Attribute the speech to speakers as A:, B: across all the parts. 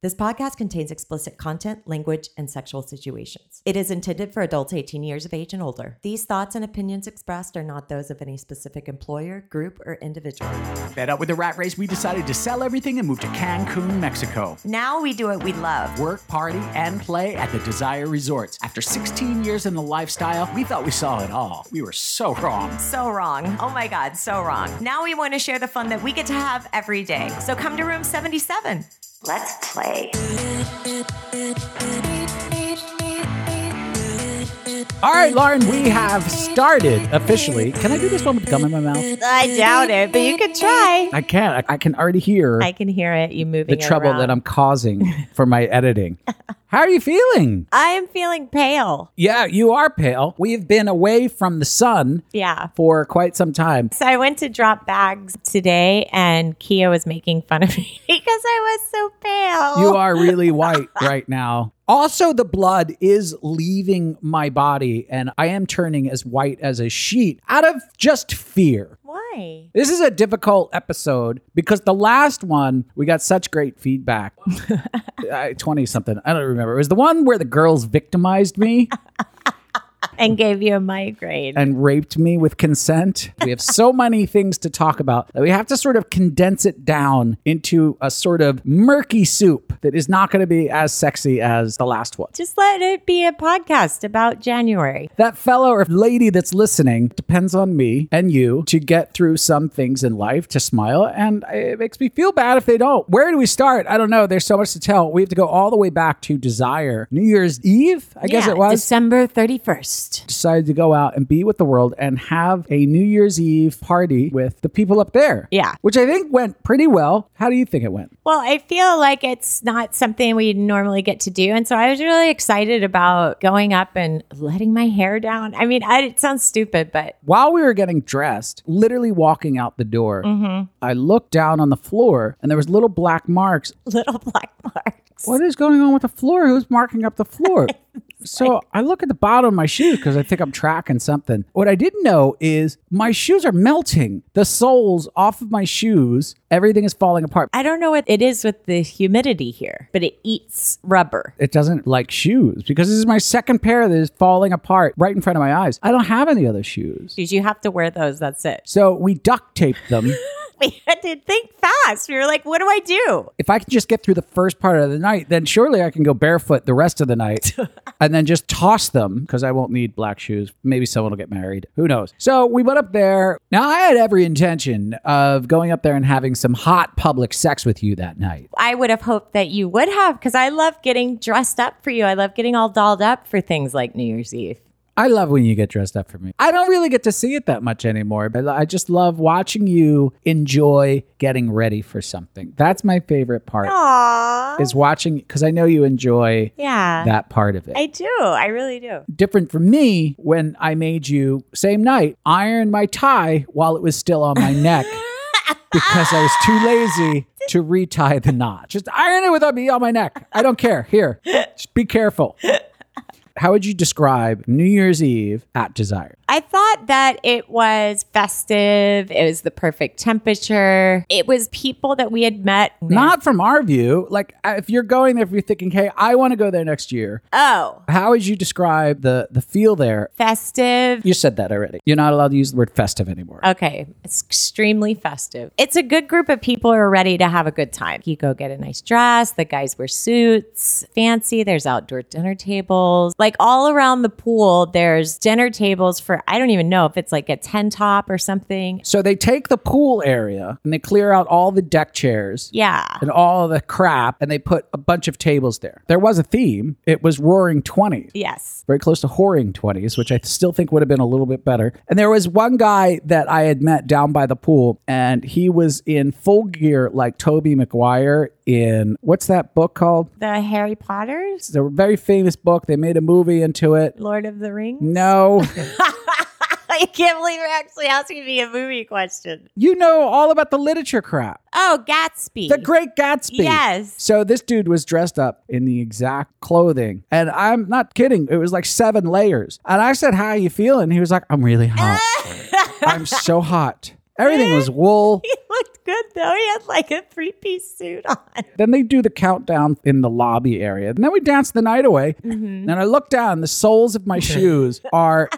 A: This podcast contains explicit content, language, and sexual situations. It is intended for adults 18 years of age and older. These thoughts and opinions expressed are not those of any specific employer, group, or individual.
B: Fed up with the rat race, we decided to sell everything and move to Cancun, Mexico.
A: Now we do what we love.
B: Work, party, and play at the Desire Resorts. After 16 years in the lifestyle, we thought we saw it all. We were so wrong.
A: So wrong. Oh my God, so wrong. Now we want to share the fun that we get to have every day. So come to room 77.
C: Let's play.
B: All right, Lauren, we have started officially. Can I do this one with gum in my mouth?
A: I doubt it, but you could try.
B: I can't. I, I can already hear
A: I can hear it. You moving
B: the trouble
A: around.
B: that I'm causing for my editing. How are you feeling?
A: I am feeling pale.
B: Yeah, you are pale. We have been away from the sun
A: Yeah.
B: for quite some time.
A: So I went to drop bags today, and Kia was making fun of me because I was so pale.
B: You are really white right now. Also, the blood is leaving my body, and I am turning as white as a sheet out of just fear.
A: Why?
B: This is a difficult episode because the last one, we got such great feedback. 20 something. I don't remember. It was the one where the girls victimized me
A: And gave you a migraine.
B: and raped me with consent. We have so many things to talk about that we have to sort of condense it down into a sort of murky soup that is not going to be as sexy as the last one.
A: Just let it be a podcast about January.
B: That fellow or lady that's listening depends on me and you to get through some things in life to smile. And it makes me feel bad if they don't. Where do we start? I don't know. There's so much to tell. We have to go all the way back to Desire. New Year's Eve, I guess
A: Yeah,
B: it was.
A: December 31st.
B: Decided to go out and be with the world and have a New Year's Eve party with the people up there.
A: Yeah.
B: Which I think went pretty well. How do you think it went?
A: Well, I feel like it's not something we normally get to do. And so I was really excited about going up and letting my hair down. I mean, I, it sounds stupid, but
B: While we were getting dressed, literally walking out the door,
A: Mm-hmm.
B: I looked down on the floor and there was little black marks
A: little black marks.
B: what is going on with the floor? Who's marking up the floor? so I look at the bottom of my shoes because I think I'm tracking something. What I didn't know is my shoes are melting. The soles off of my shoes, everything is falling apart.
A: I don't know what it is with the humidity here, but it eats rubber.
B: It doesn't like shoes because this is my second pair that is falling apart right in front of my eyes. I don't have any other shoes.
A: Did you have to wear those? That's it.
B: So we duct taped them.
A: We had to think fast. We were like, what do I do?
B: if I can just get through the first part of the night, then surely I can go barefoot the rest of the night and then just toss them because I won't need black shoes. Maybe someone will get married. Who knows? So we went up there. Now, I had every intention of going up there and having some hot public sex with you that night.
A: I would have hoped that you would have because I love getting dressed up for you. I love getting all dolled up for things like New Year's Eve.
B: I love when you get dressed up for me. I don't really get to see it that much anymore, but I just love watching you enjoy getting ready for something. That's my favorite part
A: Aww.
B: is watching because I know you enjoy
A: Yeah.
B: that part of it.
A: I do. I really do.
B: different from me when I made you same night iron my tie while it was still on my neck because I was too lazy to retie the knot. Just iron it without me on my neck. I don't care. Here, just be careful. How would you describe New Year's Eve at Desire?
A: I thought that it was festive. It was the perfect temperature. It was people that we had met.
B: Not from our view. Like, uh, if you're going there, if you're thinking, "Hey, I want to go there next year,"
A: Oh,
B: how would you describe the the feel there?
A: festive.
B: You said that already. You're not allowed to use the word festive anymore.
A: Okay, it's extremely festive. It's a good group of people who are ready to have a good time. You go get a nice dress, the guys wear suits, fancy, there's outdoor dinner tables. Like all around the pool, there's dinner tables for I don't even know if it's like a 10 top or something.
B: So they take the pool area and they clear out all the deck chairs
A: Yeah.
B: and all the crap and they put a bunch of tables there. There was a theme. It was Roaring 20s.
A: Yes.
B: Very close to Whoring 20s, which I still think would have been a little bit better. And there was one guy that I had met down by the pool, and he was in full gear like Toby Maguire in what's that book called?
A: The Harry Potters,
B: It's a very famous book. They made a movie into it.
A: Lord of the Rings.
B: No,
A: I can't believe you're actually asking me a movie question.
B: you know all about the literature crap.
A: Oh, Gatsby.
B: The Great Gatsby.
A: Yes.
B: So this dude was dressed up in the exact clothing, and I'm not kidding. It was like seven layers. And I said, "How you feeling?" He was like, "I'm really hot. I'm so hot." Everything was wool.
A: he looked looked good though. He had like a three piece suit on.
B: Then they do the countdown in the lobby area. And then we dance the night away.
A: Mm-hmm.
B: And I look down, the soles of my shoes are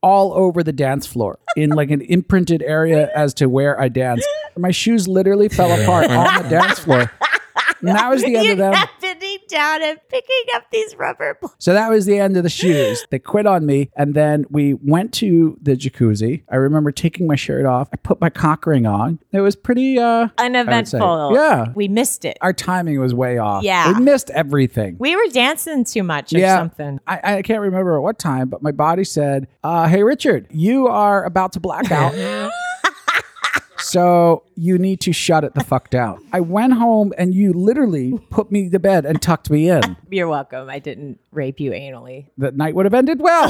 B: all over the dance floor in like an imprinted area as to where I danced. My shoes literally fell apart on the dance floor. And that was the end
A: you
B: of them.
A: kept bending down and picking up these rubber balls.
B: So that was the end of the shoes. They quit on me. And then we went to the jacuzzi. I remember taking my shirt off. I put my cock ring on. It was pretty, uh,
A: Uneventful.
B: yeah.
A: We missed it.
B: our timing was way off.
A: Yeah.
B: We missed everything.
A: We were dancing too much or
B: Yeah.
A: something.
B: I, I can't remember at what time, but my body said, uh, Hey, Richard, you are about to black out. so you need to shut it the fuck down. I went home and you literally put me to bed and tucked me in.
A: You're welcome. I didn't rape you anally.
B: The night would have ended well.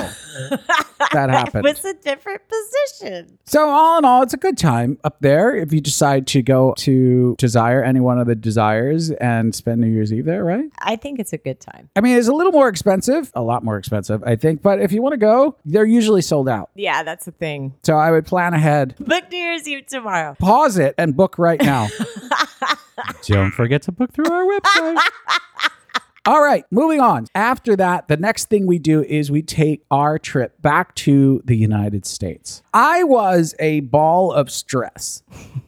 B: that happened.
A: It was a different position.
B: So all in all, it's a good time up there if you decide to go to Desire, any one of the Desires, and spend New Year's Eve there, right?
A: I think it's a good time.
B: I mean, it's a little more expensive, a lot more expensive, I think. But if you want to go, they're usually sold out.
A: Yeah, that's the thing.
B: So I would plan ahead,
A: Book New Year's Eve tomorrow.
B: pause it, and book right now.
C: Don't forget to book through our website.
B: All right, moving on. After that, the next thing we do is we take our trip back to the United States. I was a ball of stress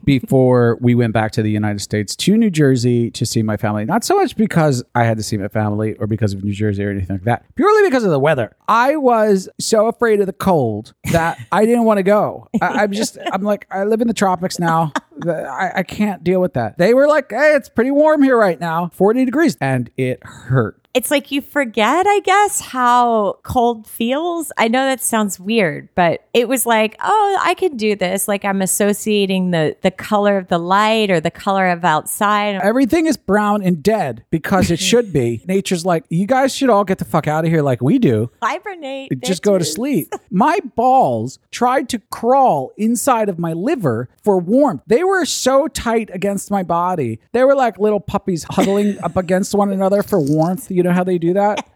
B: before we went back to the United States to New Jersey to see my family. Not so much because I had to see my family or because of New Jersey or anything like that, purely because of the weather. I was so afraid of the cold that I didn't want to go. I, I'm just, I'm like, I live in the tropics now. The- I, I can't deal with that. They were like, hey, it's pretty warm here right now, 40 degrees. And it hurt.
A: It's like you forget, I guess, how cold feels. I know that sounds weird, but it was like, oh, I can do this. Like I'm associating the the color of the light or the color of outside.
B: Everything is brown and dead because it should be. Nature's like, you guys should all get the fuck out of here like we do.
A: Hibernate.
B: Just go to
A: bitches.
B: sleep. My balls tried to crawl inside of my liver for warmth. They were so tight against my body. They were like little puppies huddling up against one another for warmth. You know how they do that?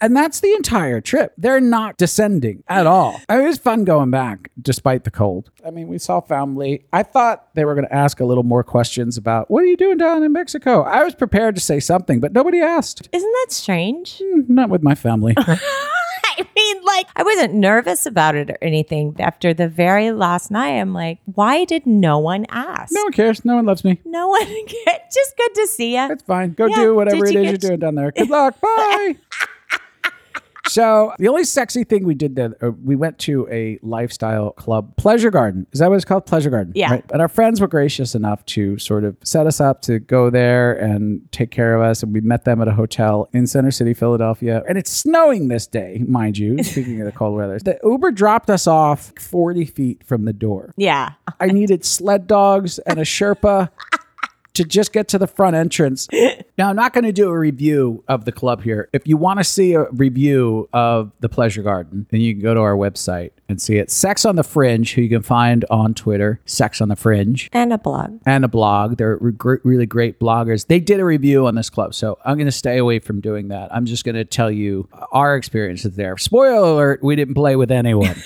B: And that's the entire trip. They're not descending at all. I mean, it was fun going back despite the cold. I mean, we saw family. I thought they were going to ask a little more questions about what are you doing down in Mexico? I was prepared to say something, but nobody asked.
A: Isn't that strange?
B: Hmm, Not with my family.
A: I mean, like, I wasn't nervous about it or anything. After the very last night, I'm like, why did no one ask?
B: no one cares. No one loves me.
A: No one. Just good to see you.
B: It's fine. Go
A: Yeah,
B: do whatever
A: did
B: it
A: you
B: is
A: get-
B: you're doing down there. Good luck. Bye. so the only sexy thing we did there, uh, we went to a lifestyle club, Pleasure Garden. Is that what it's called? Pleasure Garden.
A: Yeah.
B: And our friends were gracious enough to sort of set us up to go there and take care of us. And we met them at a hotel in Center City, Philadelphia. And it's snowing this day, mind you. Speaking of the cold weather, the Uber dropped us off 40 feet from the door.
A: Yeah.
B: I needed sled dogs and a Sherpa to just get to the front entrance. Now, I'm not going to do a review of the club here. If you want to see a review of the Pleasure Garden, then you can go to our website and see it. Sex on the Fringe, who you can find on Twitter, Sex on the Fringe,
A: And a blog.
B: and a blog. They're re- gr- really great bloggers. They did a review on this club, so I'm going to stay away from doing that. I'm just going to tell you our experiences there. Spoiler alert, we didn't play with anyone.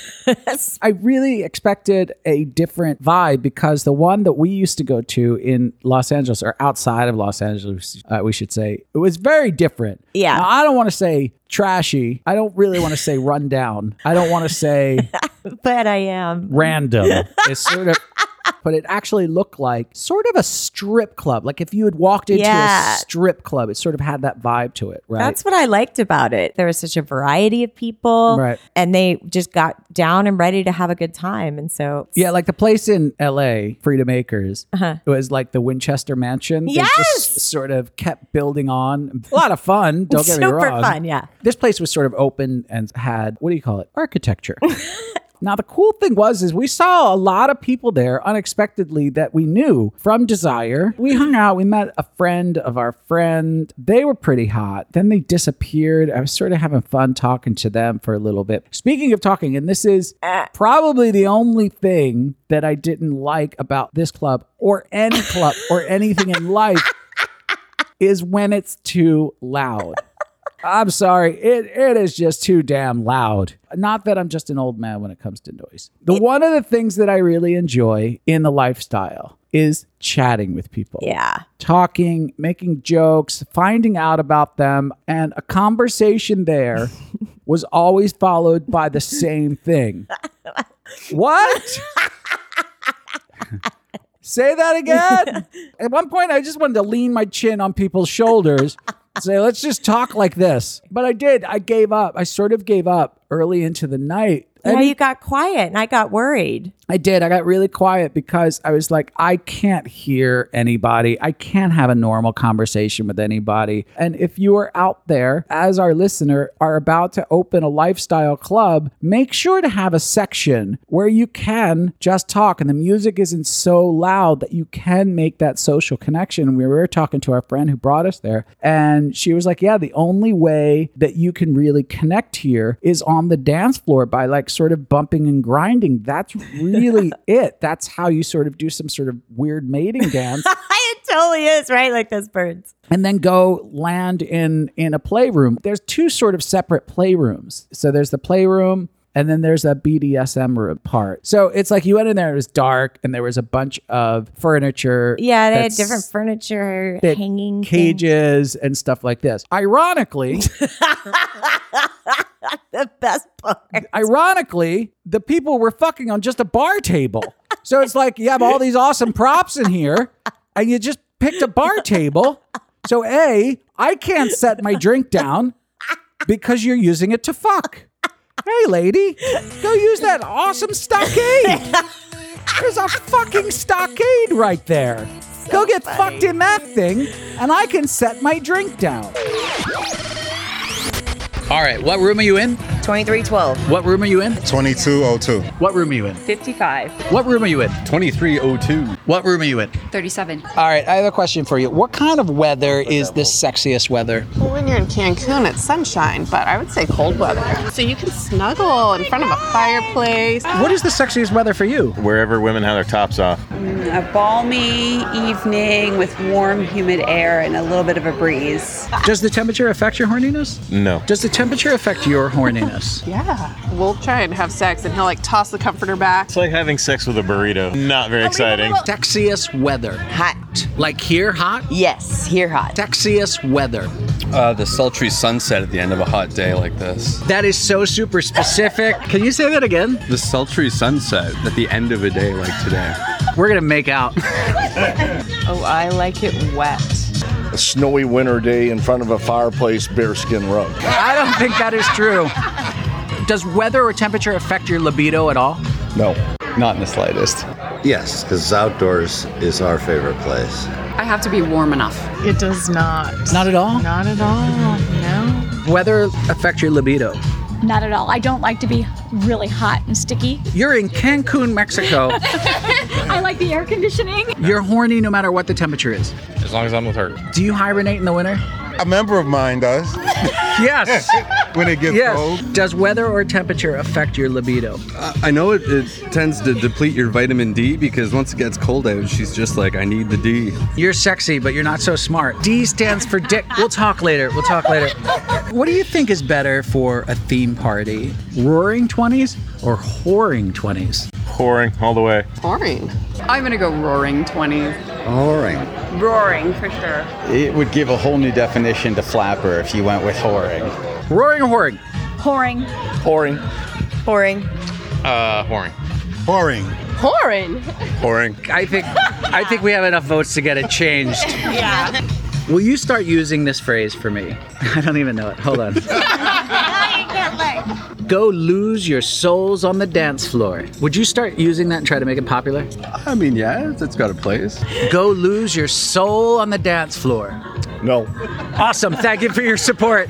B: I really expected a different vibe because the one that we used to go to in Los Angeles or outside of Los Angeles, uh, we should say, it was very different.
A: Yeah.
B: Now, I don't want to say trashy. I don't really want to say rundown. I don't want to say
A: But I um, am.
B: random. It's sort of. But it actually looked like sort of a strip club. Like if you had walked into
A: Yeah.
B: a strip club, it sort of had that vibe to it, right?
A: That's what I liked about it. There was such a variety of people.
B: Right.
A: And they just got down and ready to have a good time. And so,
B: Yeah, like the place in LA, Freedom Acres, was like the Winchester Mansion. They
A: Uh-huh. Yes!
B: just sort of kept building on. A lot of fun, don't get me
A: super
B: wrong.
A: fun. Yeah.
B: This place was sort of open and had, what do you call it? Architecture. Now the cool thing was is we saw a lot of people there unexpectedly that we knew from Desire. We hung out, we met a friend of our friend. They were pretty hot. Then they disappeared. I was sort of having fun talking to them for a little bit. Speaking of talking, and this is
A: Uh.
B: probably the only thing that I didn't like about this club or any club or anything in life is when it's too loud. I'm sorry, it, it is just too damn loud. Not that I'm just an old man when it comes to noise. The one of the things that I really enjoy in the lifestyle is chatting with people.
A: Yeah.
B: Talking, making jokes, finding out about them. And a conversation there was always followed by the same thing. what? Say that again. At one point, I just wanted to lean my chin on people's shoulders and say, let's just talk like this. But I did. I gave up. I sort of gave up early into the night.
A: Now
B: Any-
A: you got quiet and I got worried.
B: I did. I got really quiet because I was like, I can't hear anybody. I can't have a normal conversation with anybody. And if you are out there as our listener are about to open a lifestyle club, make sure to have a section where you can just talk and the music isn't so loud that you can make that social connection. We were talking to our friend who brought us there and she was like, yeah, the only way that you can really connect here is on the dance floor by like sort of bumping and grinding. That's really it. That's how you sort of do some sort of weird mating dance
A: it totally is, right? Like those birds.
B: and then go land in in a playroom. There's two sort of separate playrooms. So there's the playroom and then there's a BDSM room part. So it's like you went in there, it was dark, and there was a bunch of furniture.
A: Yeah, they
B: that's-
A: had different furniture
B: that
A: hanging things.
B: cages and stuff like this. Ironically,
A: the best part.
B: ironically, the people were fucking on just a bar table. So it's like you have all these awesome props in here, and you just picked a bar table. So a, I can't set my drink down because you're using it to fuck. Hey, lady, go use that awesome stockade. There's a fucking stockade right there. Go get fucked in that thing, and I can set my drink down. All right, what room are you in?
D: 2312.
B: What room are you in?
E: 2202.
B: What room are you in?
F: 55.
B: What room are you in?
E: 2302.
B: What room are you in?
F: 37.
B: All right, I have a question for you. What kind of weather is the sexiest weather?
G: Well, when you're in Cancun, it's sunshine, but I would say cold weather. So you can snuggle in front of a fireplace.
B: What is the sexiest weather for you?
H: wherever women have their tops off.
F: A balmy evening with warm, humid air and a little bit of a breeze.
B: Does the temperature affect your horniness?
H: No.
B: Does the temperature affect your horniness?
G: Yeah. We'll try and have sex, and he'll like toss the comforter back.
H: It's like having sex with a burrito. Not very exciting.
B: sexiest weather.
D: Hot.
B: Like here, hot?
D: Yes, here hot.
B: Sexiest weather.
I: Uh, the sultry sunset at the end of a hot day like this.
B: That is so super specific. Can you say that again?
I: The sultry sunset at the end of a day like today.
B: We're gonna make out.
G: Oh, I like it wet.
J: A snowy winter day in front of a fireplace bearskin rug.
B: I don't think that is true. Does weather or temperature affect your libido at all?
J: No.
I: Not in the slightest.
K: Yes, because outdoors is our favorite place.
F: I have to be warm enough.
G: It does not.
B: Not at all.
G: Not at all. No.
B: Weather affect your libido.
L: Not at all. I don't like to be really hot and sticky.
B: You're in Cancun, Mexico.
L: I like the air conditioning.
B: You're horny no matter what the temperature is.
H: As long as I'm with her.
B: Do you hibernate in the winter?
E: A member of mine does
B: Yes.
E: when it gets cold.
B: yes. Does weather or temperature affect your libido?
I: Uh, I know it, it tends to deplete your vitamin D because once it gets cold out, she's just like, I need the D.
B: You're sexy, but you're not so smart. D stands for dick. We'll talk later. We'll talk later. What do you think is better for a theme party? Roaring 20s or whoring 20s?
H: Pouring all the way.
G: Boring.
F: I'm going to go roaring 20s.
K: Roaring.
F: Roaring for sure.
K: It would give a whole new definition to flapper if you went with whoring.
B: Roaring or whoring?
L: Pouring.
E: Pouring.
D: Pouring.
C: Uh, whoring.
E: Pouring.
G: Pouring.
H: Pouring.
B: I think I think we have enough votes to get it changed. Yeah. Will you start using this phrase for me? I don't even know it. Hold on. Go lose your souls on the dance floor. Would you start using that and try to make it popular?
I: I mean, yeah, that's got a place.
B: Go lose your soul on the dance floor.
J: No.
B: Awesome. Thank you for your support.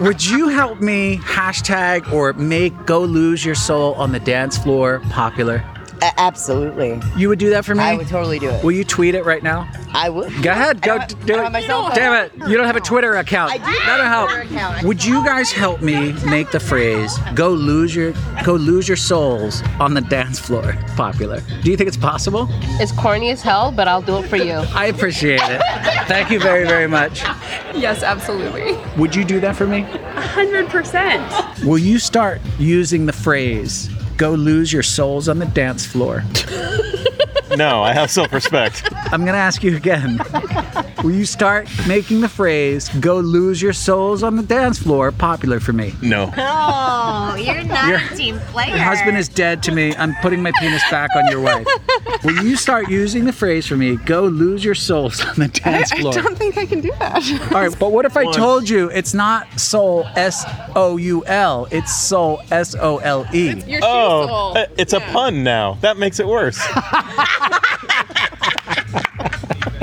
B: Would you help me hashtag or make go lose your soul on the dance floor popular?
D: A- absolutely.
B: You would do that for me?
D: I would totally do it.
B: Will you tweet it right now?
D: I would.
B: Go ahead, go
D: I don't-
B: do
D: I don't
B: it.
D: have my cell phone.
B: Damn it, you don't have a Twitter account.
D: I do have
B: That'll
D: a
B: help.
D: Twitter account. I
B: Would you guys help me make the phrase "Go lose your go lose your souls on the dance floor"? Popular. Do you think it's possible?
G: It's corny as hell, but I'll do it for you.
B: I appreciate it. Thank you very very much.
F: Yes, absolutely.
B: Would you do that for me?
F: 100%.
B: Will you start using the phrase "Go lose your souls on the dance floor"?
H: No, I have self respect.
B: I'm going to ask you again. Will you start making the phrase, go lose your souls on the dance floor, popular for me?
H: No.
M: Oh, you're not
B: Your-
M: a team player.
B: Your husband is dead to me. I'm putting my penis back on your wife. Will you start using the phrase for me, go lose your souls on the
G: I,
B: dance
G: I
B: floor?
G: don't think I can do that.
B: All right, but what if I
G: Once.
B: told you it's not soul, S O U L, it's soul, S O L E?
G: Your
H: Oh, uh, it's a pun now. That makes it worse.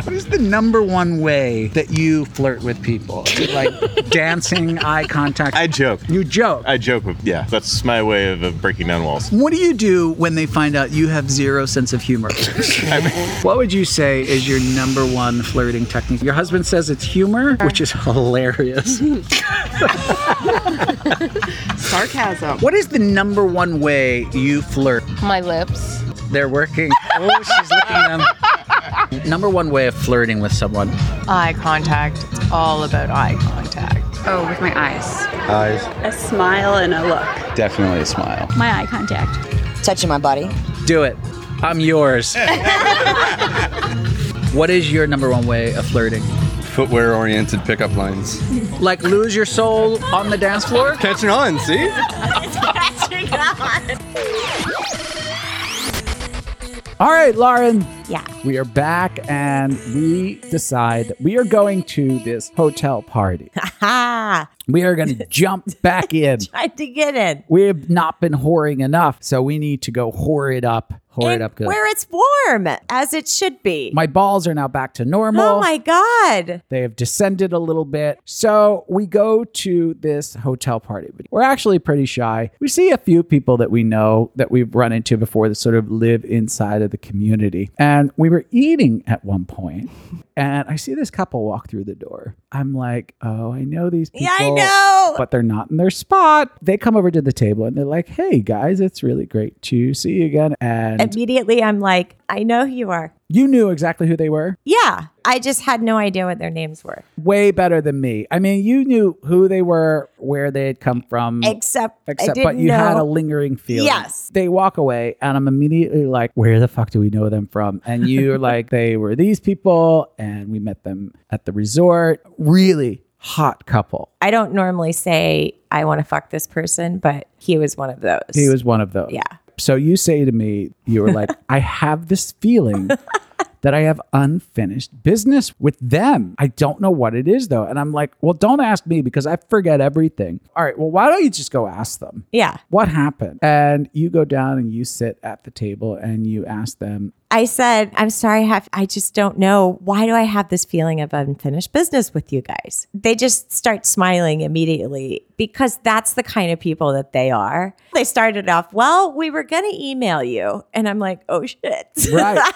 B: What is the number one way that you flirt with people? Is it like dancing, eye contact?
H: I joke.
B: You joke.
H: I joke. with- Yeah, that's my way of uh, breaking down walls.
B: What do you do when they find out you have zero sense of humor? what would you say is your number one flirting technique? Your husband says it's humor, which is hilarious.
G: Sarcasm.
B: What is the number one way you flirt?
N: My lips.
B: They're working. Oh, she's looking at them. Number one way of flirting with someone.
M: Eye contact. It's all about eye contact.
F: Oh, with my eyes.
K: Eyes.
F: A smile and a look.
K: Definitely a smile.
F: My eye contact.
D: Touching my body.
B: Do it. I'm yours. what is your number one way of flirting?
I: Footwear oriented pickup lines.
B: Like lose your soul on the dance floor?
I: Catching on, see?
B: All right, Lauren.
A: Yeah.
B: We are back and we decide that we are going to this hotel party.
A: Ha!
B: We are going to jump back in.
A: Tried to get in.
B: We have not been whoring enough, so we need to go whore it up. Whore it up good.
A: Where it's warm, as it should be.
B: My balls are now back to normal.
A: oh my God.
B: They have descended a little bit. So we go to this hotel party. We're actually pretty shy. We see a few people that we know that we've run into before that sort of live inside of the community. And we were eating at one point, and I see this couple walk through the door. I'm like, oh, I know these people.
A: Yeah, I know.
B: But they're not in their spot. They come over to the table and they're like, hey, guys, it's really great to see you again. And
A: Immediately, I'm like, I know who you are.
B: you knew exactly who they were.
A: Yeah. I just had no idea what their names were,
B: way better than me. I mean, you knew who they were, where they had come from,
A: except, I
B: except
A: didn't
B: but you had
A: know.
B: a lingering feeling.
A: Yes.
B: They walk away, and I'm immediately like, "Where the fuck do we know them from?" And you're like, "They were these people, and we met them at the resort." Really hot couple.
A: I don't normally say I want to fuck this person, but he was one of those.
B: He was one of those.
A: Yeah.
B: So you say to me, you were like, I have this feeling that I have unfinished business with them. I don't know what it is though. And I'm like, well, don't ask me because I forget everything. All right. Well, why don't you just go ask them?
A: Yeah.
B: What happened? And you go down and you sit at the table and you ask them,
A: I said, I'm sorry, Hef, I just don't know. Why do I have this feeling of unfinished business with you guys? They just start smiling immediately because that's the kind of people that they are. They started off, well, we were going to email you. And I'm like, oh shit.
B: Right.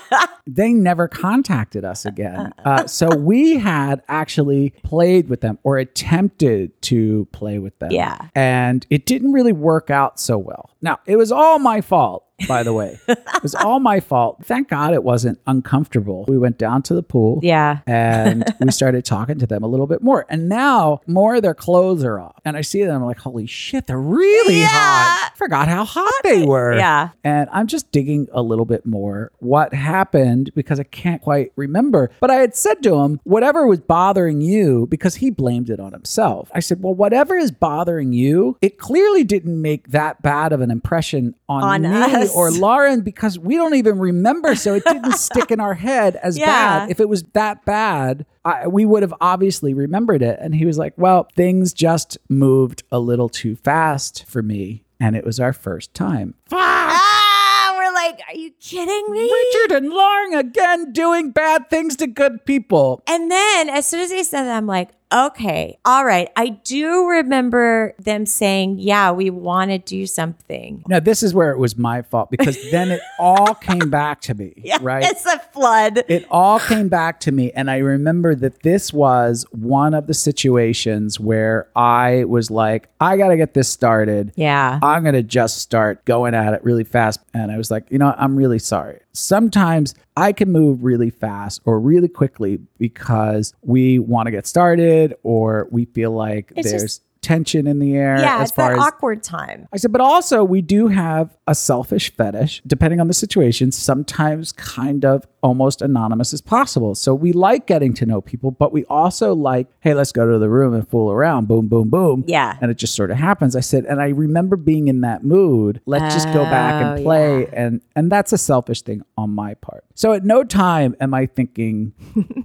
B: they never contacted us again.
A: Uh-uh.
B: Uh, so we had actually played with them or attempted to play with them.
A: Yeah.
B: And it didn't really work out so well. Now, it was all my fault, by the way. it was all my fault. Thank God it wasn't uncomfortable. We went down to the pool.
A: Yeah.
B: And we started talking to them a little bit more. And now more of their clothes are off. And I see them, I'm like, holy shit, they're really hot. Forgot how hot they were.
A: Yeah.
B: And I'm just digging a little bit more what happened because I can't quite remember. But I had said to him, whatever was bothering you, because he blamed it on himself. I said, well, whatever is bothering you, it clearly didn't make that bad of an impression on,
A: On
B: me
A: us.
B: or Lauren because we don't even remember. So it didn't stick in our head as
A: Yeah.
B: bad. If it was that bad, I, we would have obviously remembered it. And he was like, well, things just moved a little too fast for me. And it was our first time.
A: ah, we're like, are you kidding me?
B: Richard and Lauren again doing bad things to good people.
A: And then as soon as they said that, I'm like, okay, all right. I do remember them saying, yeah, we want to do something.
B: Now, this is where it was my fault because then it all came back to me,
A: Yeah,
B: right?
A: It's a flood.
B: It all came back to me. And I remember that this was one of the situations where I was like, I got to get this started.
A: Yeah.
B: I'm going to just start going at it really fast. And I was like, you know, what? I'm really sorry. Sometimes I can move really fast or really quickly because we want to get started or we feel like
A: It's
B: there's
A: just-
B: tension in the air
A: yeah,
B: as
A: it's that
B: far as
A: awkward time.
B: I said, but also we do have a a selfish fetish, depending on the situation, sometimes kind of almost anonymous as possible. So we like getting to know people, but we also like, hey, let's go to the room and fool around. Boom, boom, boom.
A: Yeah.
B: And it just sort of happens. I said, and I remember being in that mood. Let's just go back
A: Oh,
B: and play. And and that's a selfish thing on my part. So at no time am I thinking,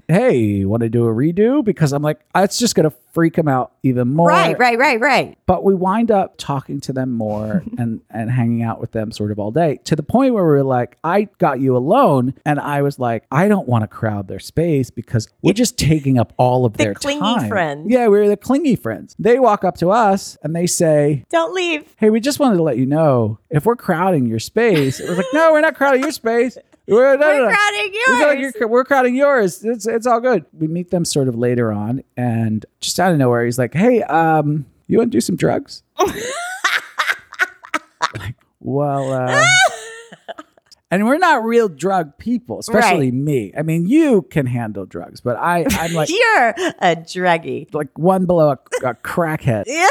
B: hey, want to do a redo? Because I'm like, it's just gonna freak them out even more
A: Right, right, right, right.
B: but we wind up talking to them more and and hanging out with them sort of all day to the point where we were like i got you alone and i was like i don't want to crowd their space because we're just taking up all of their
A: clingy
B: time
A: friends.
B: yeah we were the clingy friends they walk up to us and they say
A: Don't leave.
B: hey we just wanted to let you know if we're crowding your space it was like no we're not crowding your space we're, no, no, no.
A: crowding
B: We're crowding
A: yours.
B: your- we're crowding yours. It's, it's all good. We meet them sort of later on, and just out of nowhere, he's like, "Hey, um, you want to do some drugs?" Like, well, uh, and we're not real drug people, especially
A: Right.
B: me. I mean, you can handle drugs, but I, I'm like
A: You're a druggie.
B: like one below a, a crackhead.
A: Yeah.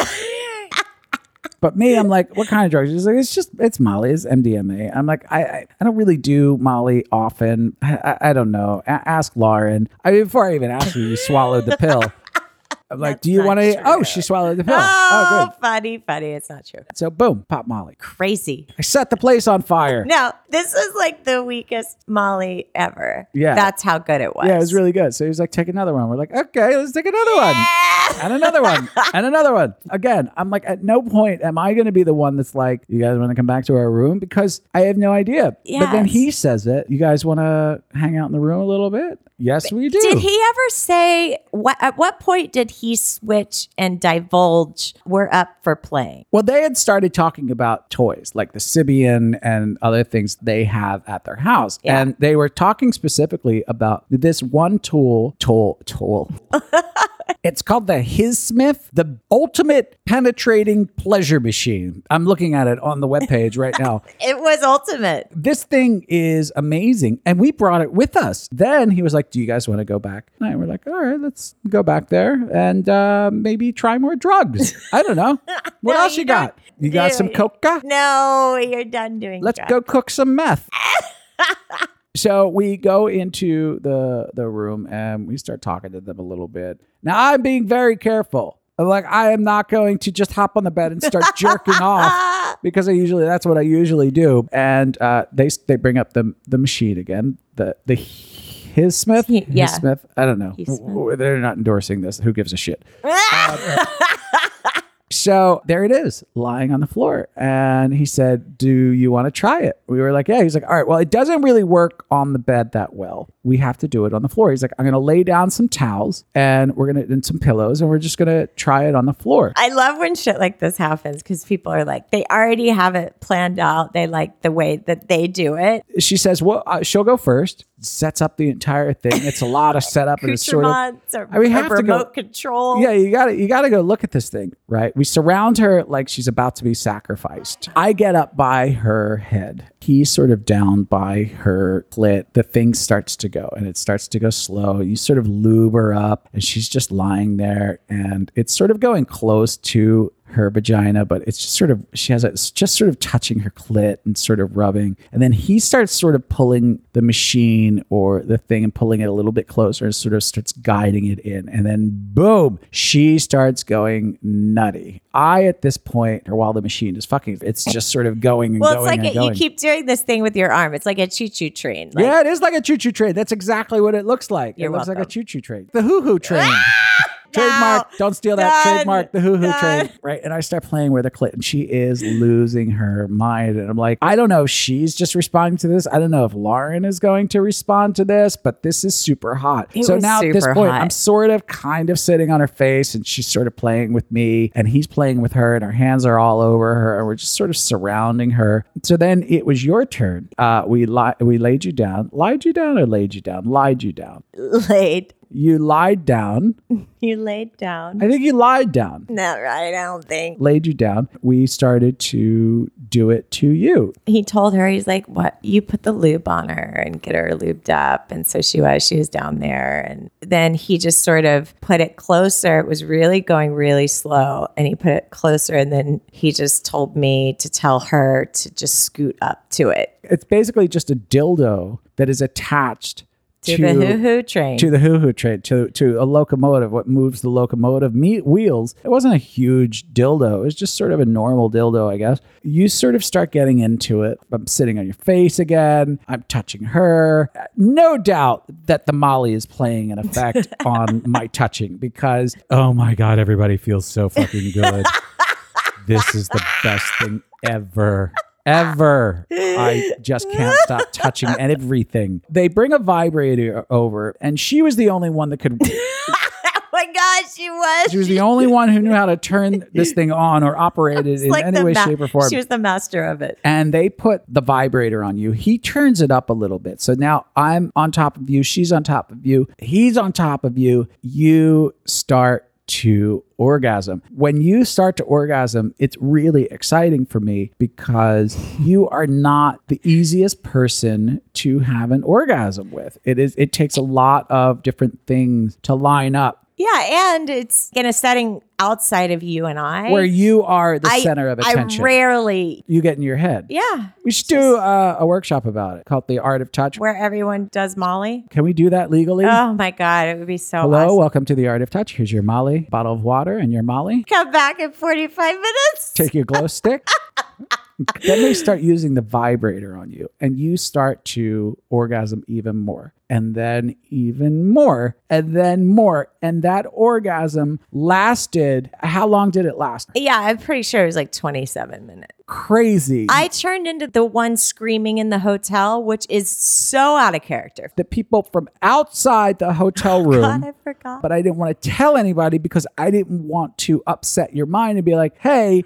B: But me, I'm like, what kind of drugs? She's like, it's just, it's Molly, it's MDMA. I'm like, I, I, I don't really do Molly often. I, I, I don't know. A- ask Lauren. I mean, before I even asked you, you swallowed the pill. I'm like, do you want to? Oh, she swallowed the pill.
A: Oh,
B: Oh,
A: funny, funny. It's not true.
B: good. So boom, pop Molly.
A: Crazy.
B: I set the place on fire.
A: No, this is like the weakest Molly ever.
B: Yeah.
A: That's how good it was.
B: Yeah, it was really good. So he was like, take another one. We're like, okay, let's take another one. And another one. And another one. Again, I'm like, at no point am I going to be the one that's like, you guys want to come back to our room? Because I have no idea. But then
A: Yes.
B: he says it. You guys want to hang out in the room a little bit? Yes, we do.
A: Did he ever say what at what point did he switch and divulge we're up for playing?
B: Well, they had started talking about toys like the Sibian and other things they have at their house.
A: Yeah.
B: And they were talking specifically about this one tool, tool, tool. it's called the His Smith, the ultimate penetrating pleasure machine. I'm looking at it on the webpage right now.
A: It was ultimate.
B: This thing is amazing. And we brought it with us. Then he was like, Do you guys want to go back? And we're like, All right, let's go back there and uh, maybe try more drugs. I don't know.
A: No,
B: What else you,
A: you don't
B: got? You got
A: do
B: some
A: it.
B: coca?
A: No, you're done doing
B: Let's
A: drugs.
B: go cook some meth. so we go into the the room and we start talking to them a little bit. Now I'm being very careful. I'm like I am not going to just hop on the bed and start jerking off because I usually that's what I usually do. And uh, they they bring up the the machine again. The the his Smith.
A: yeah.
B: His Smith. I don't know.
A: His Smith.
B: W- They're not endorsing this. Who gives a shit? So there it is, lying on the floor. And he said, Do you want to try it? We were like, Yeah. He's like, All right, well, it doesn't really work on the bed that well. We have to do it on the floor. He's like, I'm going to lay down some towels and we're going to, and some pillows, and we're just going to try it on the floor.
A: I love when shit like this happens because people are like, they already have it planned out. They like the way that they do it.
B: She says, Well, uh, she'll go first, sets up the entire thing. It's a lot of setup and it's sort of.
A: Accoutrements or,
B: I mean,
A: or
B: have to go-
A: remote control.
B: Yeah, you gotta you gotta go look at this thing, right? We surround her like she's about to be sacrificed. I get up by her head. He's sort of down by her clit. The thing starts to go and it starts to go slow. You sort of lube her up and she's just lying there and it's sort of going close to her vagina, but it's just sort of she has a, it's just sort of touching her clit and sort of rubbing, and then he starts sort of pulling the machine or the thing and pulling it a little bit closer and sort of starts guiding it in, and then boom, she starts going nutty. I at this point, or while the machine is fucking, it's just sort of going and
A: Well, it's
B: going
A: like
B: and
A: a, you
B: going.
A: keep doing this thing with your arm. It's like a choo choo train. Like,
B: yeah, it is like a choo-choo train. That's exactly what it looks like.
A: You're
B: it looks like a
A: welcome.
B: choo-choo train. The hoo-hoo train. Trademark. Don't steal that.
A: Done.
B: Trademark the hoo-hoo
A: Done.
B: train. Right. And I start playing with her clit and she is losing her mind. And I'm like, I don't know if she's just responding to this. I don't know if Lauren is going to respond to this, but this is super hot.
A: It
B: so
A: was
B: now at this
A: super
B: point,
A: hot.
B: I'm sort of kind of sitting on her face and she's sort of playing with me and he's playing with her and our hands are all over her and we're just sort of surrounding her. So then it was your turn. Uh, we li- we laid you down, lied you down or laid you down, lied you down.
A: laid
B: You lied down.
A: You laid down.
B: I think you lied down.
A: Not right. I don't think.
B: Laid you down. We started to do it to you.
A: He told her, he's like, what? You put the lube on her and get her lubed up. And so she was, she was down there. And then he just sort of put it closer. It was really going really slow. And he put it closer. And then he just told me to tell her to just scoot up to it.
B: It's basically just a dildo that is attached
A: To the hoo-hoo train.
B: To the hoo hoo train, to, to a locomotive, what moves the locomotive me- wheels. It wasn't a huge dildo. It was just sort of a normal dildo, I guess. You sort of start getting into it. I'm sitting on your face again. I'm touching her. No doubt that the Molly is playing an effect on my touching because
C: Oh my God, everybody feels so fucking good. this is the best thing
B: ever. Ever. I just can't stop touching everything. They bring a vibrator over, and she was the only one that could.
A: Oh my gosh, she was.
B: She was the only one who knew how to turn this thing on or operate it in any way, shape, or form.
A: She was the master of it.
B: and they put the vibrator on you. He turns it up a little bit. So now I'm on top of you. She's on top of you. He's on top of you. You start to orgasm. When you start to orgasm, it's really exciting for me because you are not the easiest person to have an orgasm with. It is it takes a lot of different things to line up
A: Yeah, and it's in a setting outside of you and I,
B: where you are the
A: I-
B: center of attention.
A: I rarely,
B: you get in your head.
A: yeah,
B: We should do uh, a workshop about it called The Art of Touch.
A: where everyone does Molly.
B: Can we do that legally?
A: Oh my god, it would be so
B: Hello,
A: awesome.
B: welcome to The Art of Touch. Here's your Molly, bottle of water, and your Molly.
A: Come back in forty-five minutes.
B: Take your glow stick. then they start using the vibrator on you, and you start to orgasm even more, and then even more, and then more. And that orgasm lasted how long did it last?
A: Yeah, I'm pretty sure it was like twenty-seven minutes.
B: Crazy.
A: I turned into the one screaming in the hotel, which is so out of character.
B: that people from outside the hotel room.
A: God, I forgot.
B: But I didn't want to tell anybody because I didn't want to upset your mind and be like, hey,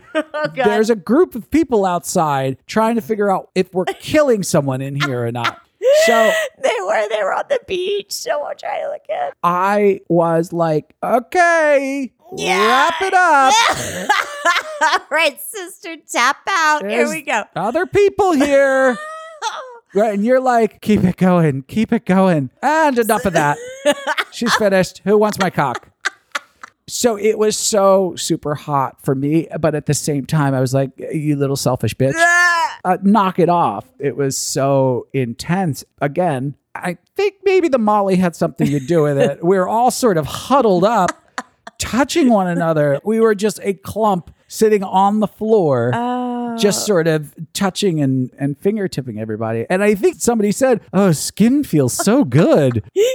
B: there's a group of people outside trying to figure out if we're killing someone in here or not. So
A: They were they were on the beach, so I'll try to look at.
B: I was like, okay, wrap it up.
A: All right, sister, tap out. Here we go.
B: There's Other people here. Right, and you're like, keep it going, keep it going. And enough of that. She's finished. Who wants my cock? So it was so super hot for me, but at the same time, I was like, you little selfish bitch, uh, knock it off. It was so intense. Again, I think maybe the Molly had something to do with it. we were all sort of huddled up, touching one another. We were just a clump sitting on the floor just sort of touching and and finger tipping everybody. And I think somebody said, "Oh, skin feels so good."
A: Yeah,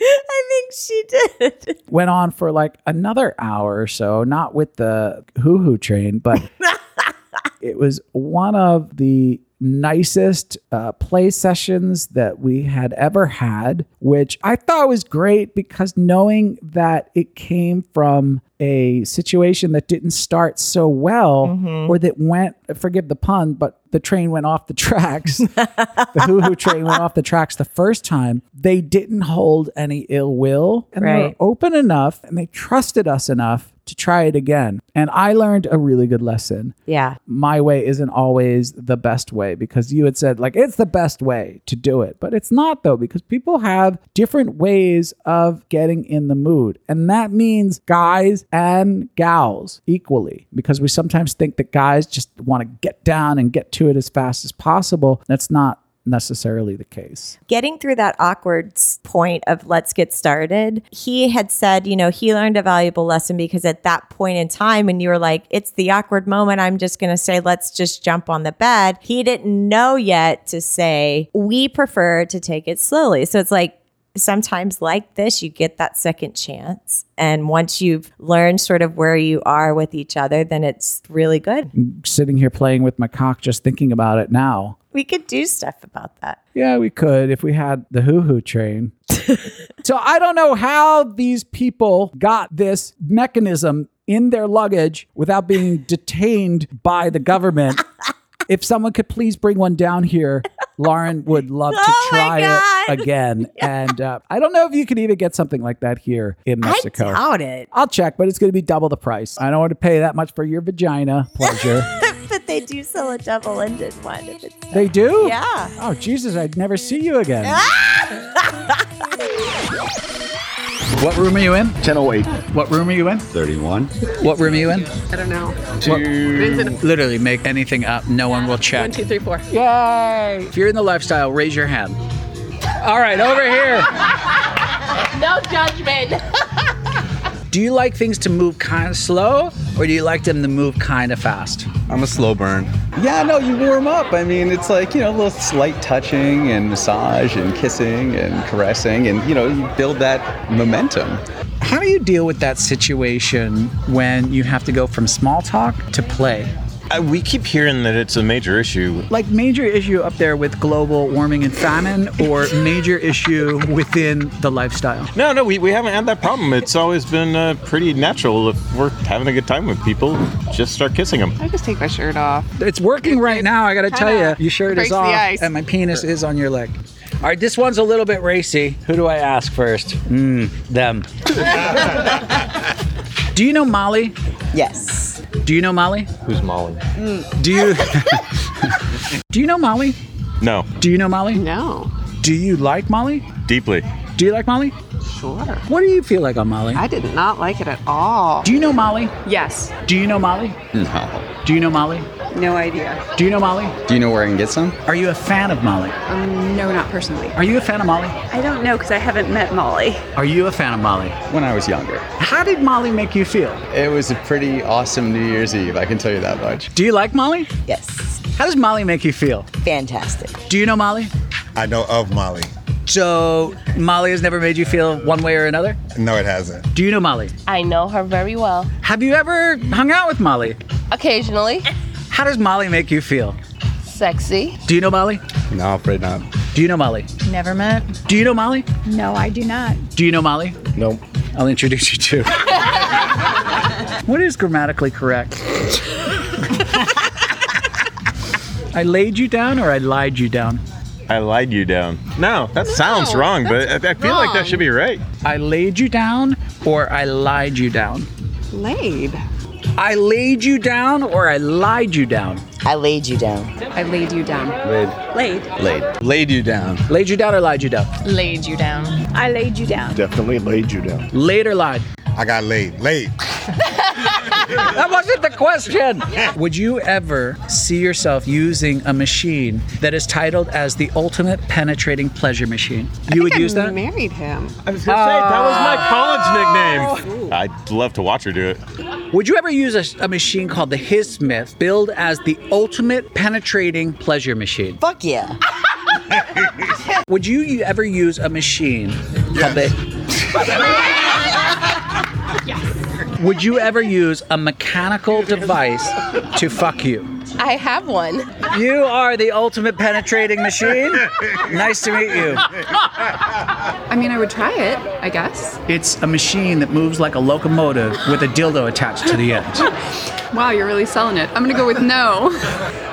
A: I think she did.
B: Went on for like another hour or so, not with the hoo hoo train, but it was one of the nicest uh, play sessions that we had ever had, which I thought was great because knowing that it came from a situation that didn't start so well or that went, forgive the pun, but the train went off the tracks. the hoo hoo train went off the tracks the first time. They didn't hold any ill will and they were
A: Right.
B: open enough and they trusted us enough to try it again. And I learned a really good lesson
A: Yeah.
B: my way isn't always the best way because you had said like it's the best way to do it but it's not though because people have different ways of getting in the mood and that means guys and gals equally because we sometimes think that guys just want to get down and get to it as fast as possible that's not necessarily the case
A: Getting through that awkward s- point of let's get started, he had said, you know, he learned a valuable lesson because at that point in time, when you were like, it's the awkward moment, I'm just going to say, let's just jump on the bed. He didn't know yet to say, we prefer to take it slowly. So it's like, sometimes like this you get that second chance and once you've learned sort of where you are with each other then it's really good
B: sitting here playing with my cock just thinking about it now
A: we could do stuff about that
B: Yeah, we could if we had the hoo hoo train. so I don't know how these people got this mechanism in their luggage without being detained by the government If someone could please bring one down here, Lauren would love to
A: Oh my
B: try
A: God.
B: it again. And uh, I don't know if you can even get something like that here in Mexico.
A: doubt it.
B: I'll check, but it's going to be double the price. I don't want to pay that much for your vagina pleasure.
A: but they do sell a double-ended one. If it's
B: they do?
A: Yeah.
B: Oh, Jesus, I'd never see you again.
G: Ah!
B: What room are you in?
N: 1008.
B: What room are you in?
N: 31.
B: What room are you in?
G: I don't know.
B: Literally make anything up. No one will
G: One,
B: check.
G: two, three, four.
B: Yay! If you're in the lifestyle, raise your hand. All right, over here.
G: No judgment.
B: Do you like things to move kind of slow or do you like them to move kind of fast?
K: I'm a slow burn. Yeah, no, you warm up. I mean, it's like, you know, a little slight touching and massage and kissing and caressing and, you know, you build that momentum.
B: How do you deal with that situation when you have to go from small talk to play?
H: Uh, we keep hearing that it's a major issue.
B: Like major issue up there with global warming and famine or major issue within the lifestyle?
H: No, no, we, we haven't had that problem. It's always been uh, pretty natural. If we're having a good time with people, just start kissing them.
G: I just take my shirt off.
B: It's working right now, I gotta tell you.
G: Kinda
B: Your shirt
G: breaks
B: is
G: the
B: off
G: ice.
B: and my penis is on your leg. All right, this one's a little bit racy. Who do I ask first? Mm, them. do you know Molly? Yes. Do you know Molly?
O: Who's Molly?
B: Do you Do you know Molly?
H: No.
B: Do you know Molly?
G: No.
B: Do you like Molly?
H: Deeply.
B: Do you like Molly?
G: Sure.
B: What do you feel like on Molly?
G: I did not like it at all.
B: Do you know Molly?
G: Yes.
B: Do you know Molly?
K: No.
B: Do you know Molly?
F: No idea.
B: Do you know Molly?
K: Do you know where I can get some?
B: Are you a fan of Molly?
F: Um, no, not personally.
B: Are you a fan of Molly?
F: I don't know because I haven't met Molly.
B: Are you a fan of Molly?
K: When I was younger.
B: How did Molly make you feel?
K: It was a pretty awesome New Year's Eve, I can tell you that much.
B: Do you like Molly?
D: Yes.
B: How does Molly make you feel?
D: Fantastic.
B: Do you know Molly?
E: I know of Molly.
B: So Molly has never made you feel one way or another?
E: No, it hasn't.
B: Do you know Molly?
P: I know her very well.
B: Have you ever hung out with Molly?
P: Occasionally.
B: How does Molly make you feel?
P: Sexy.
B: Do you know Molly?
K: No, afraid not.
B: Do you know Molly?
M: Never met.
B: Do you know Molly?
L: No, I do not.
B: Do you know Molly?
K: Nope.
B: I'll introduce you to. what is grammatically correct? I laid you down or I lied you down?
H: I lied you down. No, that sounds wrong, but I, I feel like that should be right.
B: I laid you down or I lied you down?
G: Laid.
B: I laid you down or I lied you down? I laid you down.
M: I laid you down.
K: Laid.
M: Laid.
K: Laid. Laid you down.
B: Laid you down or lied you down?
M: Laid you down. I laid you down.
E: Definitely laid you down.
B: Laid or lied?
E: I got laid. Laid.
B: that wasn't the question. Would you ever see yourself using a machine that is titled as the ultimate penetrating pleasure machine? You would
G: I
B: use that?
G: married him.
H: I was gonna say that was my
P: Oh.
H: college nickname. I'd love to watch her do it.
B: Would you ever use a, a machine called the Hismith, billed as the ultimate penetrating pleasure machine? Fuck yeah. Would you u- ever use a machine called the? Would you ever use a mechanical device to fuck you?
P: I have one.
B: You are the ultimate penetrating machine. Nice to meet you.
M: I mean, I would try it, I guess.
B: It's a machine that moves like a locomotive with a dildo attached to the end.
M: wow, you're really selling it. I'm gonna go with no.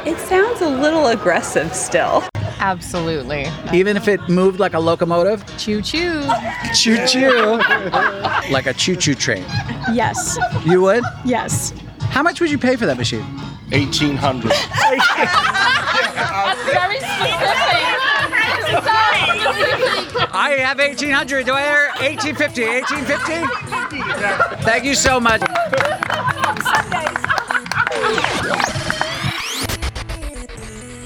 F: It sounds a little aggressive still.
M: Absolutely.
B: Even if it moved like a locomotive?
M: Choo choo.
B: Choo choo. like a choo choo train.
L: Yes.
B: You would?
L: Yes.
B: How much would you pay for that machine?
N: 1800.
P: That's very specific.
B: I have 1800. Do I hear 1850? 1850? Thank you so much.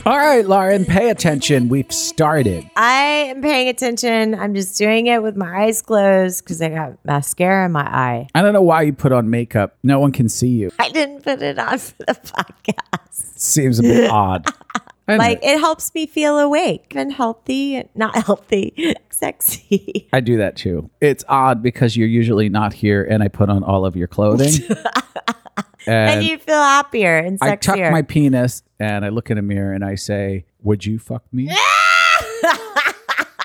B: All right, Lauren, pay attention. We've started.
A: I am paying attention. I'm just doing it with my eyes closed because I got mascara in my eye.
B: I don't know why you put on makeup. No one can see you.
A: I didn't put it on for the podcast.
B: Seems a bit odd. I know.
A: Like it helps me feel awake and healthy, and not healthy, sexy.
B: I do that too. It's odd because you're usually not here and I put on all of your clothing.
A: And, you feel happier and sexier.
B: I tuck my penis and I look in a mirror and I say, Would you fuck me?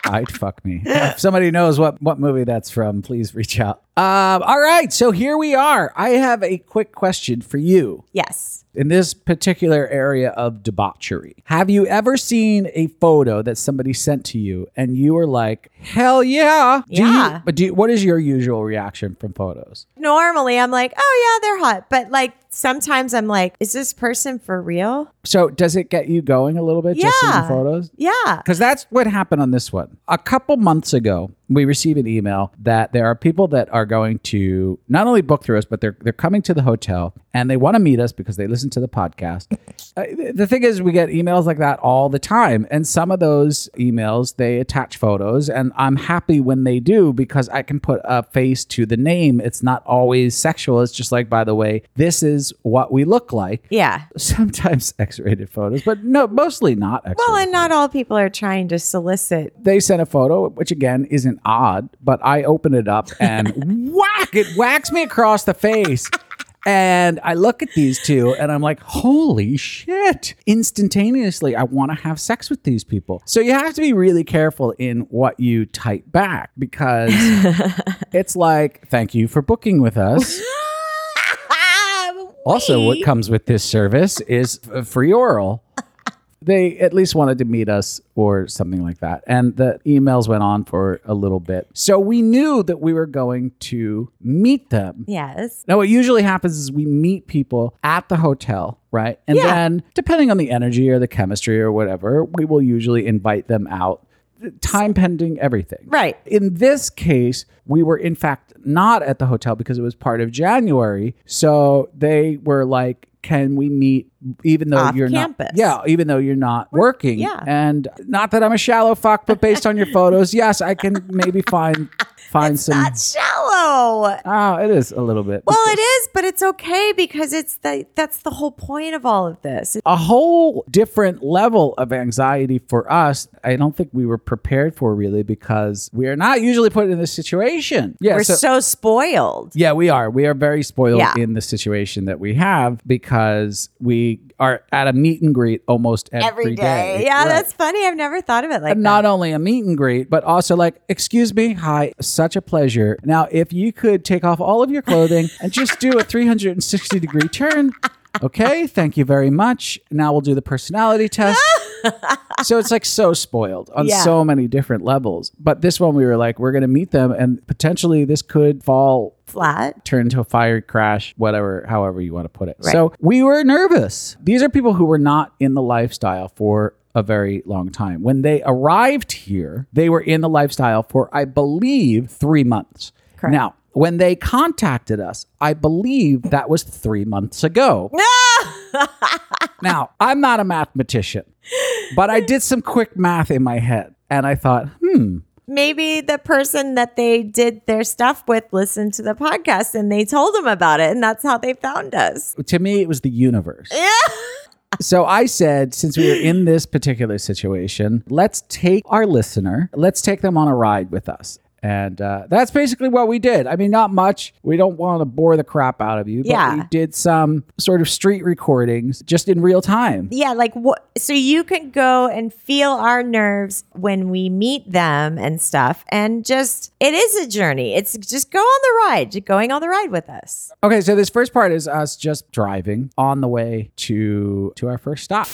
B: I'd fuck me. If somebody knows what, what movie that's from, please reach out. Um, all right, so here we are. I have a quick question for you.
A: Yes.
B: In this particular area of debauchery, have you ever seen a photo that somebody sent to you and you were like, "Hell yeah!" Do you-
A: Yeah.
B: but do you, what is your usual reaction from photos?
A: Normally, I'm like, oh, yeah, they're hot. But like sometimes I'm like, is this person for real?
B: So does it get you going a little bit just seeing
A: Yeah.
B: photos?
A: Yeah.
B: Because that's what happened on this one. A couple months ago, we received an email that there are people that are going to not only book through us, but they're they're coming to the hotel and they want to meet us because they listen to the podcast. Uh, th- the thing is, we get emails like that all the time, and some of those emails they attach photos, and I'm happy when they do because I can put a face to the name. It's not always sexual. It's just like, by the way, this is what we look like.
A: Yeah.
B: Sometimes X-rated photos, but no, mostly not X-rated.
A: Well, and not all people are trying to solicit.
B: They sent a photo, which again isn't odd, but I open it up and whack, it whacks me across the face. And I look at these two and I'm like, holy shit. Instantaneously, I want to have sex with these people. So you have to be really careful in what you type back because it's like, thank you for booking with us. Also, what comes with this service is f- uh, free oral. They at least wanted to meet us or something like that. And the emails went on for a little bit. So we knew that we were going to meet them.
A: Yes.
B: Now, what usually happens is we meet people at the hotel, right? And
A: Yeah.
B: then, depending on the energy or the chemistry or whatever, we will usually invite them out, time pending everything.
A: Right.
B: In this case, we were in fact not at the hotel because it was part of January. So they were like, can we meet even though
A: Off
B: you're
A: campus.
B: not yeah even though you're not working
A: yeah.
B: and not that i'm a shallow fuck but based on your photos yes i can maybe find find some
A: Shallow.
B: oh it is a little bit
A: Well, it is, but it's okay because it's the that's the whole point of all of this.
B: a whole different level of anxiety for us. I don't think we were prepared for really because we are not usually put in this situation. Yeah,
A: We're so, spoiled.
B: yeah, we are. We are very spoiled
A: Yeah.
B: in the situation that we have because we are at a meet and greet almost every day.
A: Yeah,
B: Right.
A: that's funny. I've never thought of it like
B: And
A: that.
B: not only a meet and greet, but also like, excuse me, hi, such a pleasure. Now, if you could take off all of your clothing and just do a 360 degree turn, okay, thank you very much. Now we'll do the personality test. so it's like so spoiled on
A: Yeah.
B: so many different levels. But this one, we were like, we're going to meet them, and potentially this could fall
A: Flat.
B: turn into a fire crash, whatever, however you want to put it.
A: Right.
B: So we were nervous. These are people who were not in the lifestyle for a very long time. When they arrived here, they were in the lifestyle for, I believe, three months.
A: Correct.
B: Now, when they contacted us, I believe that was three months ago. now, I'm not a mathematician, but I did some quick math in my head and I thought, hmm,
A: Maybe the person that they did their stuff with listened to the podcast and they told them about it, and that's how they found us.
B: to me it was the universe so i said since we were in this particular situation let's take our listener let's take them on a ride with us and uh, that's basically what we did i mean not much we don't want to bore the crap out of you but
A: Yeah.
B: we did some sort of street recordings just in real time
A: Yeah, like what? So you can go and feel our nerves when we meet them and stuff, and just it is a journey. It's just go on the ride, just going on the ride with us.
B: okay so this first part is us just driving on the way to to our first stop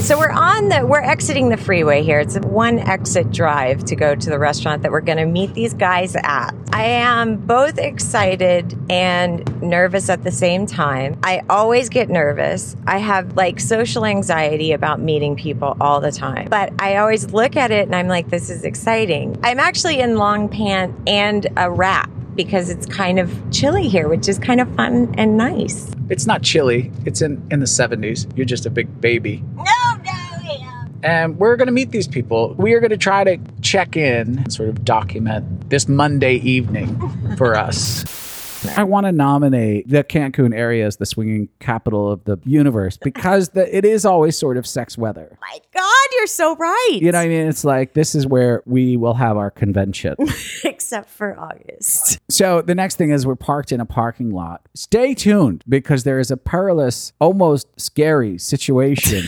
A: So we're on the we're exiting the freeway here. It's a one exit drive to go to the restaurant that we're going to meet these guys at. I am both excited and nervous at the same time. I always get nervous. I have like social anxiety about meeting people all the time. But I always look at it and I'm like this is exciting. I'm actually in long pant and a wrap because it's kind of chilly here, which is kind of fun and nice.
B: it's not chilly it's in in the 70s you're just a big baby
A: No, no.
B: And we're going to meet these people. We are going to try to check in, and sort of document this Monday evening for us. I want to nominate the Cancun area as the swinging capital of the universe because the, it is always sort of sex weather.
A: My god, you're so right.
B: You know what I mean? It's like this is where we will have our convention.
A: except for August.
B: So the next thing is we're parked in a parking lot. Stay tuned because there is a perilous, almost scary situation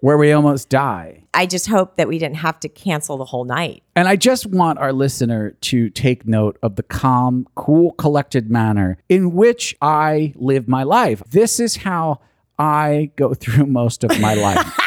Q: where we almost die.
A: I just hope that we didn't have to cancel the whole night.
Q: And I just want our listener to take note of the calm, cool, collected manner in which I live my life. This is how I go through most of my life.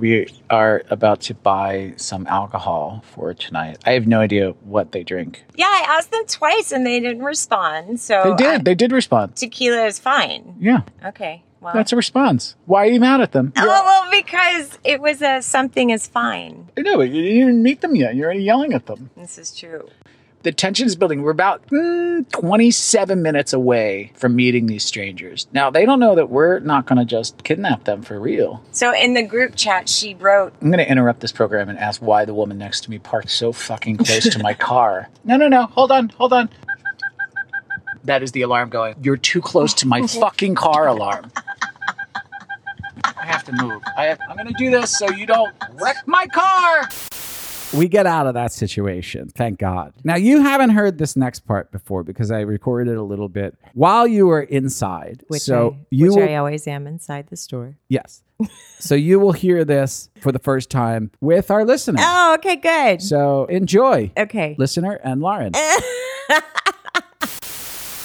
B: We are about to buy some alcohol for tonight. I have no idea what they drink. Oh,
A: Yeah, I asked them twice and they didn't respond. So uh,
B: they did. they did respond.
A: tequila is fine.
B: Yeah.
A: Okay. Well,
B: That's a response. Why are you mad at them?
A: Oh, well, because it was a something is fine.
B: No, you didn't even meet them yet. You're already yelling at them.
A: This is true.
B: The tension is building. We're about mm, 27 minutes away from meeting these strangers. Now, they don't know that we're not going to just kidnap them for real.
A: So in the group chat, she wrote,
B: I'm going to interrupt this program and ask why the woman next to me parked so fucking close to my car. No, no, no. Hold on. Hold on. That is the alarm going. You're too close to my fucking car alarm. I have to move. I have, I'm going to do this so you don't wreck my car.
Q: we get out of that situation, thank God. Now, you haven't heard this next part before because I recorded a little bit while you were inside.
A: which,
Q: so
A: I,
Q: you
A: which
Q: will
A: I always am inside the store.
Q: Yes. so you will hear this for the first time with our listener.
A: Oh, okay, good.
Q: So enjoy.
A: Okay.
Q: Listener and Lauren.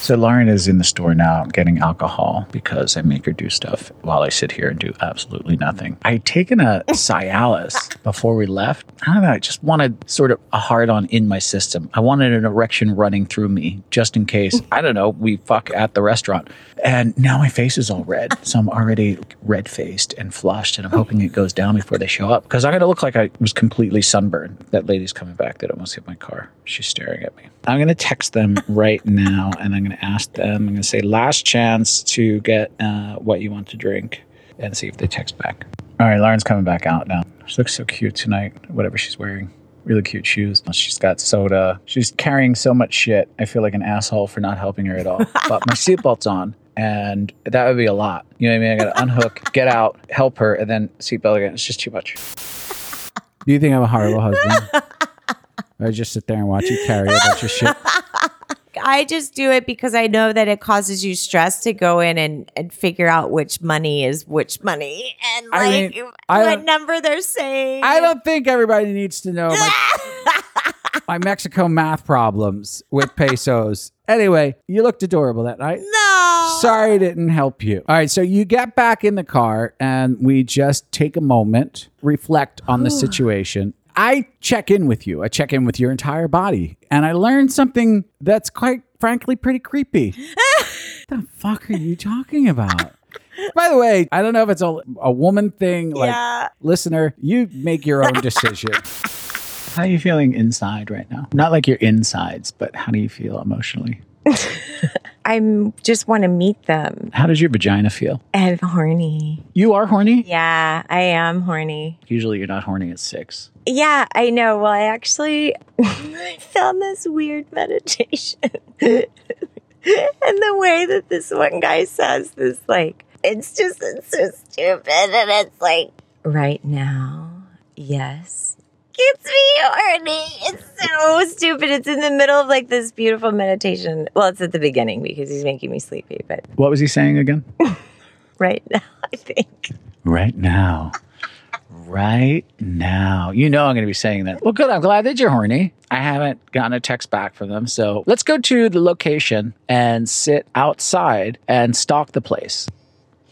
B: So Lauren is in the store now getting alcohol because I make her do stuff while I sit here and do absolutely nothing. I had taken a Cialis before we left. I don't know. I just wanted sort of a hard on in my system. I wanted an erection running through me just in case, I don't know, we fuck at the restaurant. And now my face is all red. So I'm already red faced and flushed. And I'm hoping it goes down before they show up because I'm going to look like I was completely sunburned. That lady's coming back that almost hit my car. She's staring at me. I'm going to text them right now and I'm going to ask them, I'm going to say, last chance to get uh, what you want to drink and see if they text back. All right, Lauren's coming back out now. She looks so cute tonight, whatever she's wearing. Really cute shoes. She's got soda. She's carrying so much shit. I feel like an asshole for not helping her at all. But my seatbelt's on, and that would be a lot. You know what I mean? I got to unhook, get out, help her, and then seatbelt again. It's just too much.
Q: Do you think I'm a horrible husband? I just sit there and watch you carry a bunch of shit.
A: I just do it because I know that it causes you stress to go in and, and figure out which money is which money and like
Q: I mean, I
A: what
Q: don't-
A: number they're saying.
Q: I don't think everybody needs to know my, my Mexico math problems with pesos. Anyway, you looked adorable that night.
A: No.
Q: Sorry I didn't help you. All right, so you get back in the car and we just take a moment, reflect on the situation. I check in with you. I check in with your entire body and I learn something that's quite frankly pretty creepy. the fuck are you talking about? By the way, I don't know if it's a, a woman thing. Like,
A: Yeah.
Q: listener, you make your own decision.
B: How are you feeling inside right now? Not like your insides, but how do you feel emotionally?
A: I'm just want to meet them
B: How does your vagina feel?
A: and horny.
B: You are horny?
A: Yeah, I am horny.
B: Usually you're not horny at six.
A: Yeah, I know. Well, I actually I found this weird meditation. and the way that this one guy says this like it's just it's so stupid and it's like right now. Yes. Gets me horny. It's so stupid. It's in the middle of like this beautiful meditation. Well, it's at the beginning because he's making me sleepy, but
B: What was he saying again?
A: right now I think.
B: Right now. Right now. You know I'm going to be saying that. Well, good. I'm glad that you're horny. I haven't gotten a text back from them. So let's go to the location and sit outside and stalk the place.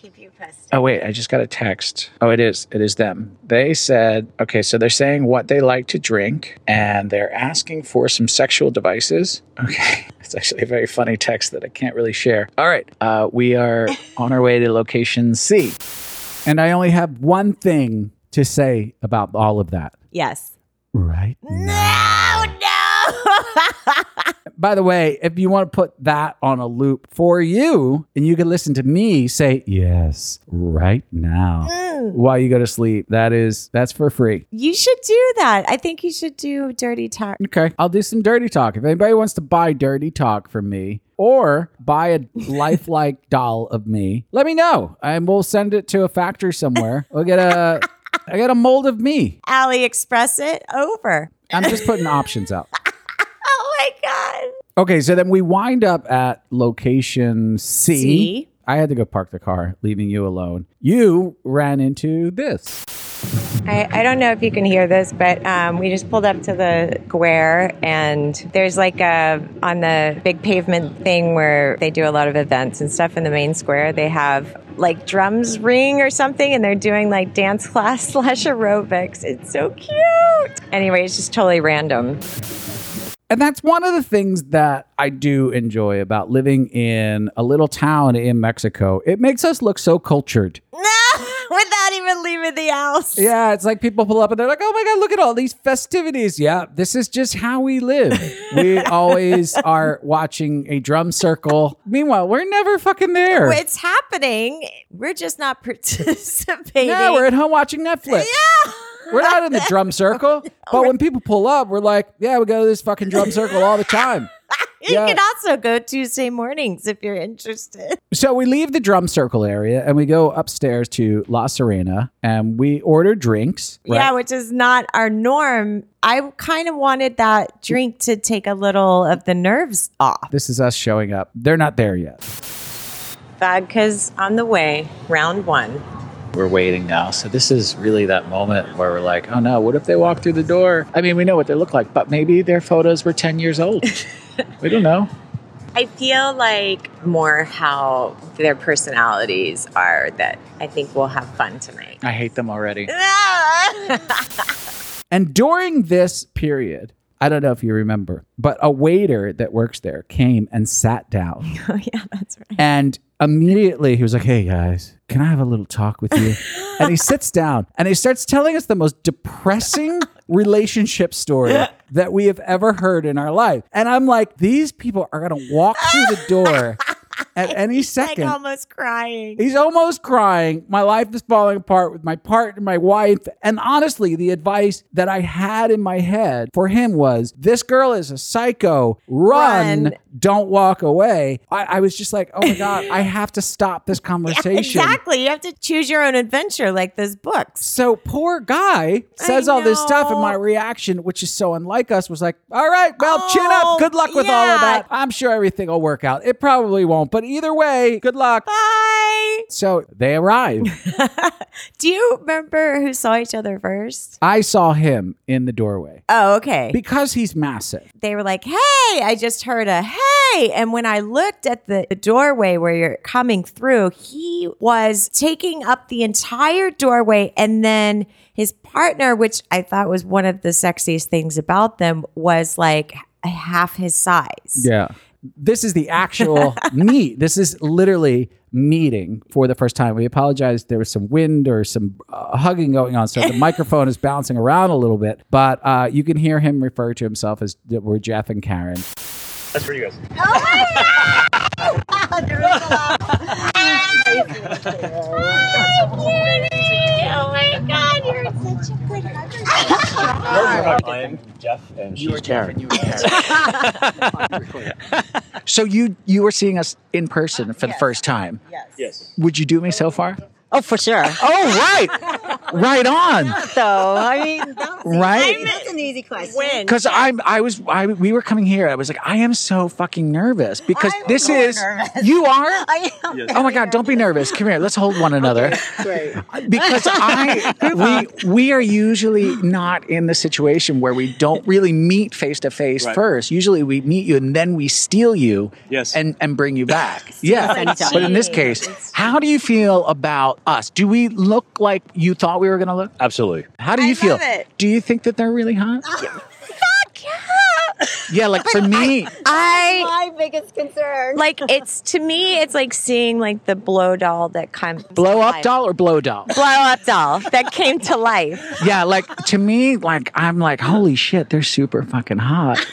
A: Keep you posted.
B: Oh, wait. I just got a text. Oh, it is. It is them. They said, okay, so they're saying what they like to drink and they're asking for some sexual devices. Okay. It's actually a very funny text that I can't really share. All right. Uh, we are on our way to location C.
Q: and I only have one thing to say about all of that.
A: Yes.
Q: Right.
A: No, Oh, no.
Q: By the way, if you want to put that on a loop for you and you can listen to me say yes right now while you go to sleep, that is that's for free.
A: You should do that. I think you should do dirty talk.
Q: Okay. I'll do some dirty talk. If anybody wants to buy dirty talk from me or buy a lifelike doll of me, let me know. And we'll send it to a factory somewhere. We'll get a I got a mold of me.
A: AliExpress it over.
Q: I'm just putting options out.
A: Oh my god.
Q: Okay, so then we wind up at location C.
A: C.
B: I had to go park the car, leaving you alone. You ran into this.
A: I, I don't know if you can hear this, but um, we just pulled up to the square, and there's like a on the big pavement thing where they do a lot of events and stuff in the main square. They have like drums ring or something, and they're doing like dance class slash aerobics. It's so cute. Anyway, it's just totally random.
B: And that's one of the things that I do enjoy about living in a little town in Mexico. It makes us look so cultured.
A: Without even leaving the house.
B: Yeah, it's like people pull up and they're like, oh my God, look at all these festivities. Yeah, this is just how we live. we always are watching a drum circle. Meanwhile, we're never fucking there.
A: It's happening. We're just not participating.
B: Yeah, we're at home watching Netflix.
A: Yeah.
B: We're not in the drum circle. But when people pull up, we're like, yeah, we go to this fucking drum circle all the time.
A: You
B: Yeah.
A: can also go Tuesday mornings if you're interested.
B: So we leave the drum circle area and we go upstairs to La Serena and we order drinks. right?
A: Yeah, which is not our norm. I kind of wanted that drink to take a little of the nerves off.
B: This is us showing up. They're not there yet.
A: Vodka's on the way, round one.
N: We're waiting now. So this is really that moment where we're like, oh no, what if they walk through the door? I mean, we know what they look like, but maybe their photos were 10 years old. we don't know.
A: I feel like more how their personalities are that I think we'll have fun tonight.
N: I hate them already.
B: And during this period, I don't know if you remember, but a waiter that works there came and sat down. Oh, yeah, that's right. And immediately he was like, hey guys, can I have a little talk with you? and he sits down and he starts telling us the most depressing relationship story that we have ever heard in our life. And I'm like, these people are going to walk through the door at any second.
A: Like almost crying.
B: He's almost crying. My life is falling apart with my partner, my wife. And honestly, the advice that I had in my head for him was this girl is a psycho. Run.
A: Run.
B: Don't walk away. I, I was just like, oh my God, I have to stop this conversation.
A: Exactly. You have to choose your own adventure like those books.
B: So poor guy Says all this stuff, and my reaction, which is so unlike us, was like, all right, well, chin up. Good luck with all of
A: yeah.
B: that. I'm sure everything will work out. It probably won't, but either way, good luck.
A: Ah. Bye.
B: So they arrive.
A: Do you remember who saw each other first?
B: I saw him in the doorway
A: Oh, okay.
B: because he's massive.
A: they were like, hey, I just heard a hey. And when I looked at the the doorway where you're coming through, he was taking up the entire doorway. And then his partner, which I thought was one of the sexiest things about them, was like half his size.
B: Yeah. This is the actual meet. This is literally meeting for the first time. We apologize. There was some wind or some uh, hugging going on. So the microphone is bouncing around a little bit, but uh, you can hear him refer to himself as that we're Jeff and Karen.
O: That's for you guys.
R: I'm Jeff, and she's Karen.
N: So you you were seeing us in person for the first time.
R: Yes. Yes.
N: Would you do me so far?
S: Oh, for sure.
N: Oh, right. right on.
S: though. I mean, that was-
N: Right?
S: I mean, that's an easy question.
N: Because I'm, I was, I, we were coming here. I was like, I am so fucking nervous because
S: I'm
N: this
S: more
N: is,
S: nervous.
N: you are.
S: I am
N: Oh my god! Don't be nervous. Come here. Let's hold one another. because I, we, we are usually not in the situation where we don't really meet face to face
H: Right.
N: first. Usually we meet you and then we steal you.
H: Yes.
N: And and bring you back. yeah.
H: Steal
N: But in this
H: you.
N: case, how do you feel about us? Do we look like you thought we were going to look?
R: Absolutely.
N: How do you feel? Do you think that they're really hot? yeah, like for me,
A: I
S: my biggest concern.
A: like it's to me, it's like seeing like the blow doll that comes
N: blow
A: to
N: up
A: life.
N: doll or blow doll?
A: blow up doll that came to life.
N: yeah, like to me, like I'm like, holy shit, they're super fucking hot.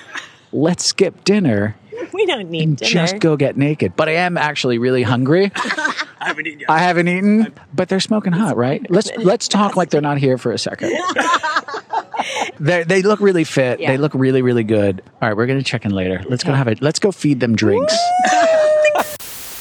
N: Let's skip dinner,
A: We don't need dinner.
N: just go get naked. But I am actually really hungry.
R: I haven't eaten yet.
N: I haven't eaten, but they're smoking hot, right? Let's let's talk like they're not here for a second. They they look really fit.
R: Yeah.
N: They look really really good. All right, we're gonna check in later. Let's go have it. Let's go feed them drinks.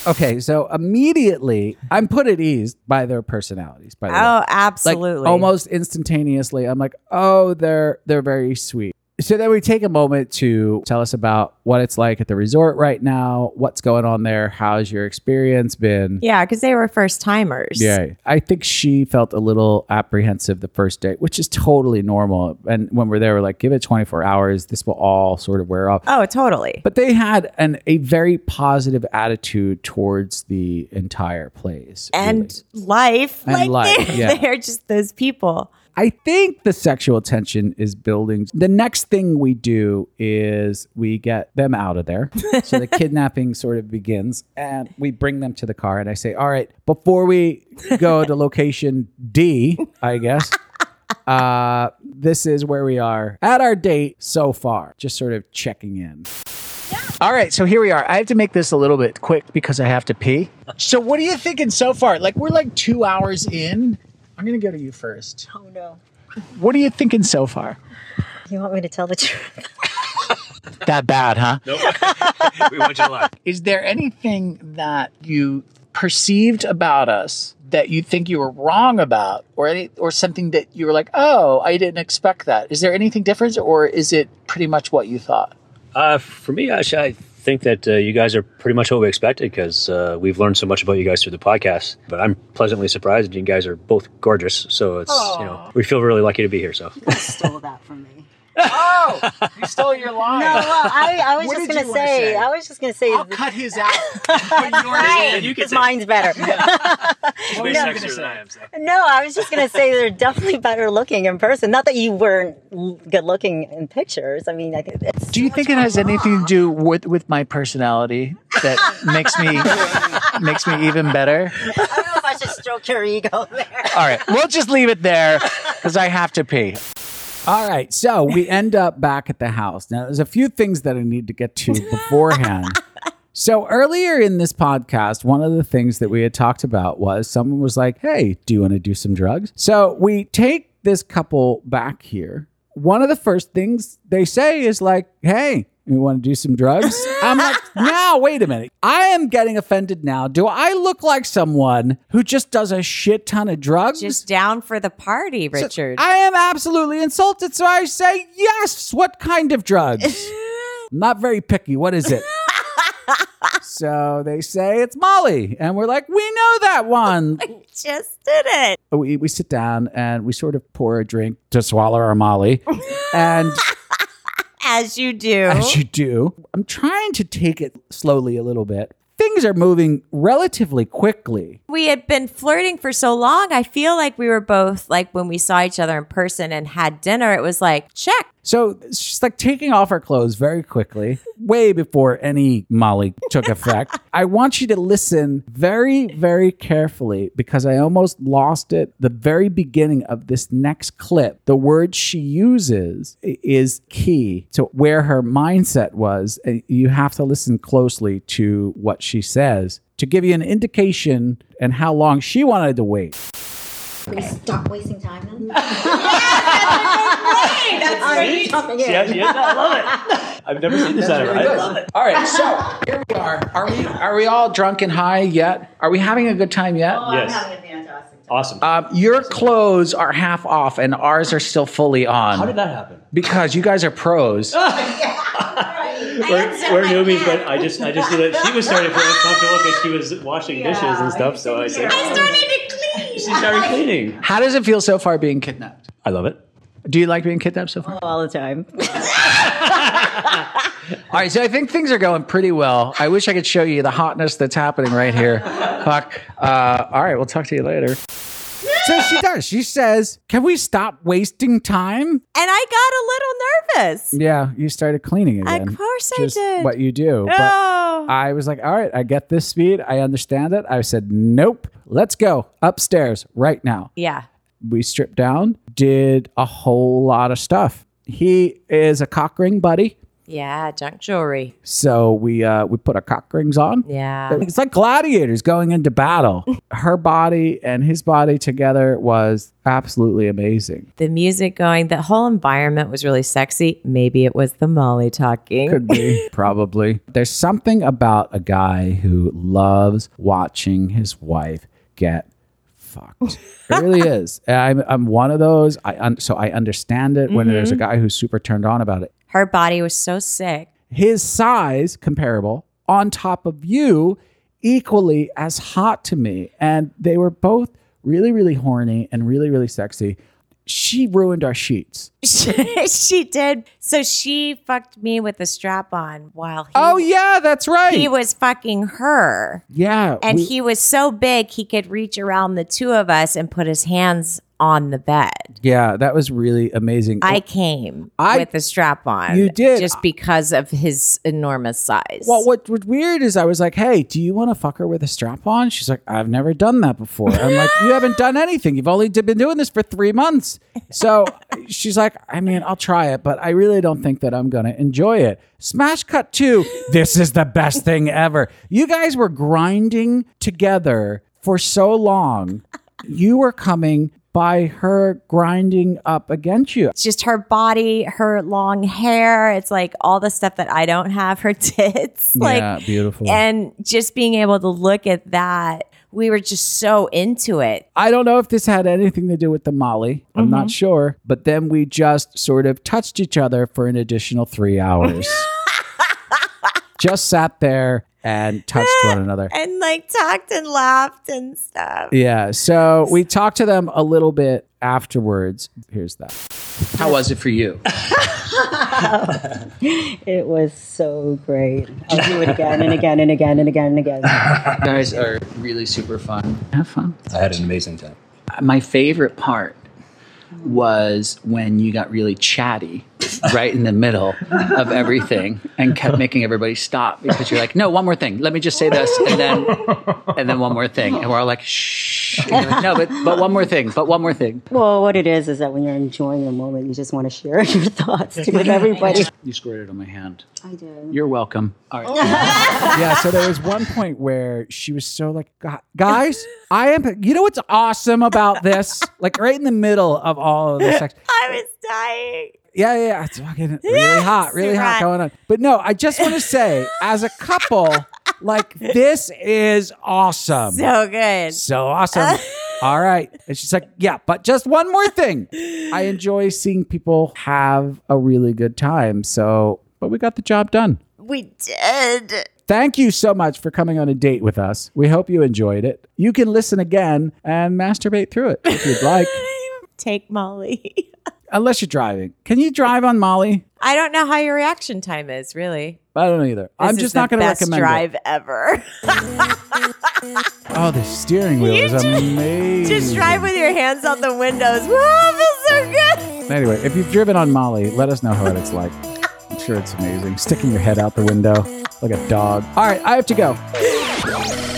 B: Okay, so immediately I'm put at ease by their personalities. By the way,
A: Oh,
B: Like,
A: absolutely.
B: almost instantaneously, I'm like, oh, they're they're very sweet. So then we take a moment to tell us about what it's like at the resort right now, what's going on there, how's your experience been?
A: Yeah, because they were first timers.
B: Yeah. I think she felt a little apprehensive the first day, which is totally normal. And when we're there, we're like, give it 24 hours. This will all sort of wear off.
A: Oh, totally.
B: But they had an, a very positive attitude towards the entire place.
A: And life.
B: And
A: like
B: life,
A: They're,
B: yeah.
A: they're just those people.
B: I think the sexual tension is building. The next thing we do is we get them out of there. So the kidnapping sort of begins and we bring them to the car. And I say, All right, before we go to location D, I guess. Uh, this is where we are at our date so far. Just sort of checking in.
N: All right, so here we are. I have to make this a little bit quick because I have to pee. So, what are you thinking so far? Like, we're like two hours in. I'm going to go to you first.
S: Oh no.
N: What are you thinking so far?
S: You want me to tell the truth?
N: That bad, huh?
S: we want you to lie.
N: Is there anything that you perceived about us that you think you were wrong about, or any, or something that you were like, "Oh, I didn't expect that"? Is there anything different, or is it pretty much what you thought?
O: Uh, for me, actually, I think that uh, you guys are pretty much what we expected because uh, we've learned so much about you guys through the podcast. But I'm pleasantly surprised. You guys are both gorgeous, so it's you know we feel really lucky to be here. So
N: oh, you stole your line.
S: No, well, I, I was
N: What
S: just
N: did you
S: gonna
N: wanna
S: say, I was just gonna say.
F: Oh,
S: I'll
N: cut his out.
S: you can mine's better.
N: What were you
S: no,
N: gonna say?
S: no, I was just gonna say they're definitely better looking in person. Not that you weren't l- good looking in pictures. I mean, I think it's
N: Do you think it has anything to do with with my personality that makes me makes me even better?
S: I don't know if I should stroke your ego there.
N: All right, we'll just leave it there because I have to pee.
B: All right, so we end up back at the house. Now, there's a few things that I need to get to beforehand. so, earlier in this podcast, one of the things that we had talked about was someone was like, Hey, do you want to do some drugs? So, we take this couple back here. One of the first things they say is like, Hey, you want to do some drugs? I'm like, now, wait a minute. I am getting offended now. Do I look like someone who just does a shit ton of drugs?
A: Just down for the party,
B: So
A: Richard.
B: I am absolutely insulted, so I say, yes, what kind of drugs? I'm not very picky. What is it? so they say it's Molly. And we're like, we know that one.
A: just did it.
B: we, we sit down and we sort of pour a drink to swallow our Molly. and
A: As you do.
B: as you do, I'm trying to take it slowly a little bit. Things are moving relatively quickly.
A: we had been flirting for so long. I feel like we were both like when we saw each other in person and had dinner, it was like, check.
B: So she's like taking off her clothes very quickly, way before any Molly took effect. I want you to listen very, very carefully because I almost lost it. The very beginning of this next clip, the word she uses i- is key to where her mindset was. And You have to listen closely to what she says to give you an indication and how long she wanted to wait.
S: Can we stop wasting time then?
P: That's
S: Oh,
P: great.
S: you're jumping
P: See,
S: in.
P: I- yeah, I love
N: I've never seen
P: this
N: ever.
P: ever. I love
N: it. All right, so here we are. Are we are we all drunk and high yet? Are we having a good time yet?
O: Awesome.
N: Um, your clothes are half off and ours are still fully on.
O: How did that Ah! happen?
N: Because you guys are pros.
O: we're, we're newbies, but I just I just knew that she was starting to feel uncomfortable because she was washing dishes and stuff. So I said,
S: clean.
O: She started cleaning.
N: How does it feel so far being kidnapped?
O: I love it.
N: Do you like being kidnapped so far?
S: All the time.
N: All right, so I think things are going pretty well. I wish I could show you the hotness that's happening right here. Fuck. Uh, all right, we'll talk to you later.
B: So she does. She says, Can we stop wasting time?
A: And I got a little nervous.
B: Yeah, you started cleaning again.
A: Of course I
B: Just
A: did. Oh.
B: What you
A: No.
B: do. But I was like, all right, I get this speed. I understand it. I said, nope, let's go upstairs right now.
A: Yeah.
B: We stripped down, did a whole lot of stuff. He is a cock ring buddy.
A: Yeah, junk jewelry.
B: So we uh, we put our cock rings on.
A: Yeah.
B: It's like gladiators going into battle. Her body and his body together was absolutely amazing.
A: The music going, the whole environment was really sexy. Maybe it was the Molly talking.
B: Could be. Probably. There's something about a guy who loves watching his wife get fucked. It really is. And I'm I'm one of those. I un- so I understand it when there's a
A: Mhm.
B: guy who's super turned on about it.
A: Her body was so sick.
B: His size comparable on top of you equally as hot to me and they were both really really horny and really really sexy. She ruined our sheets.
A: she did. So she fucked me with a strap on while he.
B: Oh, yeah, that's right.
A: He was fucking her.
B: Yeah.
A: And
B: we-
A: he was so big, he could reach around the two of us and put his hands on the bed.
B: Yeah, that was really amazing.
A: I came with the strap on.
B: You did.
A: Just because of his enormous size.
B: Well, what was weird is I was like, "Hey, do you want to fuck her with a strap on?" She's like, "I've never done that before." I'm like, "You haven't done anything. You've only d- been doing this for three months." So she's like, "I mean, I'll try it, but I really don't think that I'm gonna enjoy it." Smash cut two. This is the best thing ever. You guys were grinding together for so long. You were coming by her grinding up against you.
A: It's just her body, her long hair. It's like all the stuff that I don't have, her tits. Like
B: yeah, beautiful.
A: and just being able to look at that, we were just so into it.
B: I don't know if this had anything to do with the Molly. I'm not sure. But then we just sort of touched each other for an additional three hours. just sat there and touched one another.
A: And like talked and laughed and stuff.
B: Yeah. So we talked to them a little bit afterwards. Here's that.
T: How was it for you?
S: It was so great. I'll do it again and again and again and again and again.
T: You guys are really super fun. Have fun. I had an amazing time. My favorite part was when you got really chatty right in the middle of everything and kept making everybody stop because you're like, no, one more thing. Let me just say this. And then, and then one more thing. And we're all like, shh. And you're like, no, but, but one more thing, but one more thing.
S: Well, what it is is that when you're enjoying the moment, you just want to share your thoughts with everybody.
T: You squirted on my hand.
S: I did.
T: You're welcome. All right.
B: yeah, so there was one point where she was so like, "Gu- guys, I am. You know what's awesome about this? Like right in the middle of all of this sex.
A: I was dying.
B: Yeah, yeah, yeah, it's fucking really
A: Yes,
B: hot, really hot
A: right.
B: going on. But no, I just want to say, as a couple, like this is awesome,
A: So good.
B: so awesome. All right, and she's like, yeah, but just one more thing. I enjoy seeing people have a really good time. So, but we got the job done.
A: We did.
B: Thank you so much for coming on a date with us. We hope you enjoyed it. You can listen again and masturbate through it if you'd like,
A: Take Molly.
B: unless you're driving. Can you drive on Molly?
A: I don't know how your reaction time is, really.
B: I don't know either. I'm
A: This is
B: just not
A: the
B: going to
A: best
B: recommend it.
A: drive ever.
B: Oh, the steering wheel is amazing.
A: Just drive with your hands out the windows. Woo, it feels so good.
B: Anyway, if you've driven on Molly, let us know what it's like. I'm sure it's amazing. Sticking your head out the window like a dog. All right, I have to go.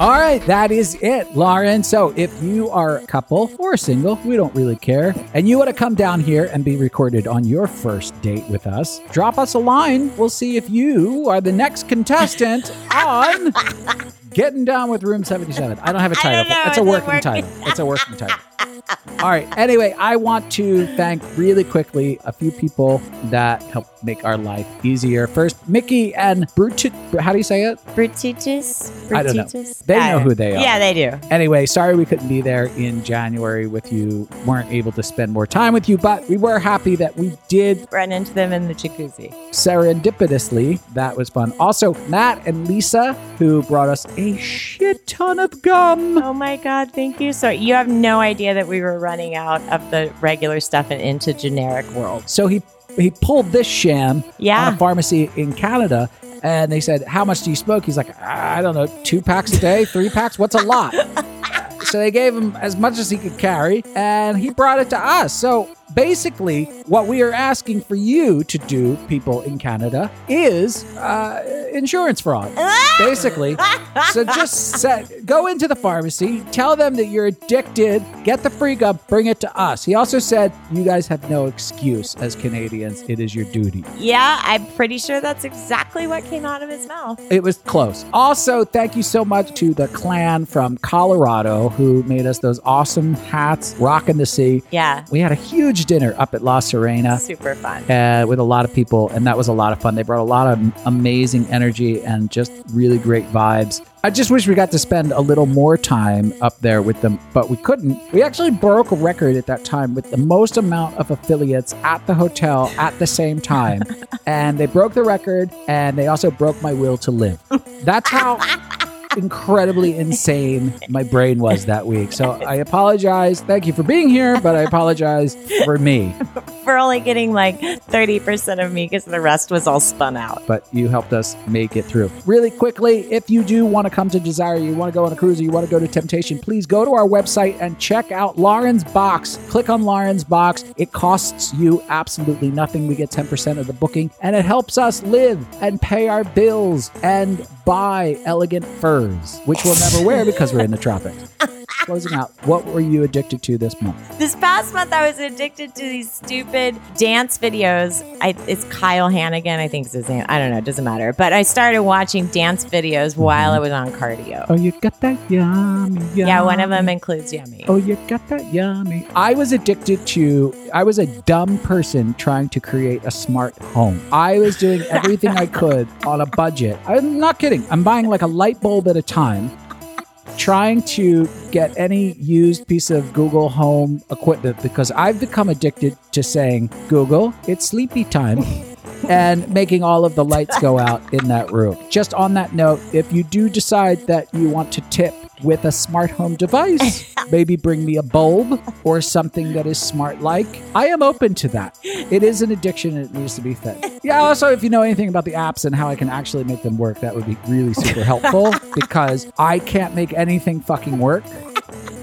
B: All right, that is it, Lauren. So, if you are a couple or single, we don't really care, and you want to come down here and be recorded on your first date with us, drop us a line. We'll see if you are the next contestant on Getting Down with Room 77. I don't have a title.
A: know.
B: It's a
A: It's a
B: working
A: working-
B: title. It's a working title. All right. Anyway, I want to thank really quickly a few people that help make our life easier. First, Mickey and Brutus. How do you say it?
A: Brutus.
B: I don't know. They know who they are.
A: Yeah, they do.
B: Anyway, sorry we couldn't be there in January with you. Weren't able to spend more time with you, but we were happy that we did
A: Run into them in the jacuzzi.
B: serendipitously. That was fun. Also, Matt and Lisa, who brought us a shit ton of gum.
A: Oh my God, thank you. So, you have no idea that we were running out of the regular stuff and into generic world.
B: So he he pulled this sham
A: Yeah.
B: on a pharmacy in Canada, and they said, "How much do you smoke?" He's like, "I don't know, two packs a day, three packs. What's a lot?" so they gave him as much as he could carry, and he brought it to us. So basically, what we are asking for you to do, people in Canada, is uh, insurance fraud. basically, so just set, go into the pharmacy, tell them that you're addicted, get the free gum, bring it to us. He also said, "You guys have no excuse as Canadians. It is your duty."
A: Yeah, I'm pretty sure that's exactly what came out of his mouth.
B: It was close. Also, thank you so much to the clan from Colorado who made us those awesome hats, rocking the sea.
A: Yeah.
B: We had a huge dinner up at La Serena
A: Super fun.
B: uh, with a lot of people, and that was a lot of fun. They brought a lot of amazing energy and just really great vibes. I just wish we got to spend a little more time up there with them, but we couldn't. We actually broke a record at that time with the most amount of affiliates at the hotel at the same time. and they broke the record, and they also broke my will to live. That's how incredibly insane my brain was that week. So I apologize. Thank you for being here, but I apologize for me.
A: For only getting like 30% of me because the rest was all spun out.
B: but you helped us make it through. Really quickly, if you do want to come to Desire, you want to go on a cruise, or you want to go to Temptation, please go to our website and check out Lauren's Box. Click on Lauren's Box. It costs you absolutely nothing. We get 10% of the booking, and it helps us live and pay our bills and buy elegant furs, which we'll never wear because we're in the tropics. Closing out, what were you addicted to this month?
A: This past month, I was addicted to these stupid dance videos. I, it's Kyle Hannigan, I think is his name. I don't know. It doesn't matter. But I started watching dance videos
B: Mm-hmm.
A: while I was on cardio.
B: Oh, you got that yummy, yummy.
A: Yeah, one of them includes Yummy.
B: Oh, you got that yummy. I was addicted to, I was a dumb person trying to create a smart home. I was doing everything I could on a budget. I'm not kidding. I'm buying like a light bulb at a time, trying to get any used piece of Google Home equipment because I've become addicted to saying, Google, it's sleepy time. And making all of the lights go out in that room. Just on that note, if you do decide that you want to tip with a smart home device, maybe bring me a bulb or something that is smart like. I am open to that. It is an addiction and it needs to be fed. Yeah, also, if you know anything about the apps and how I can actually make them work, that would be really super helpful because I can't make anything fucking work.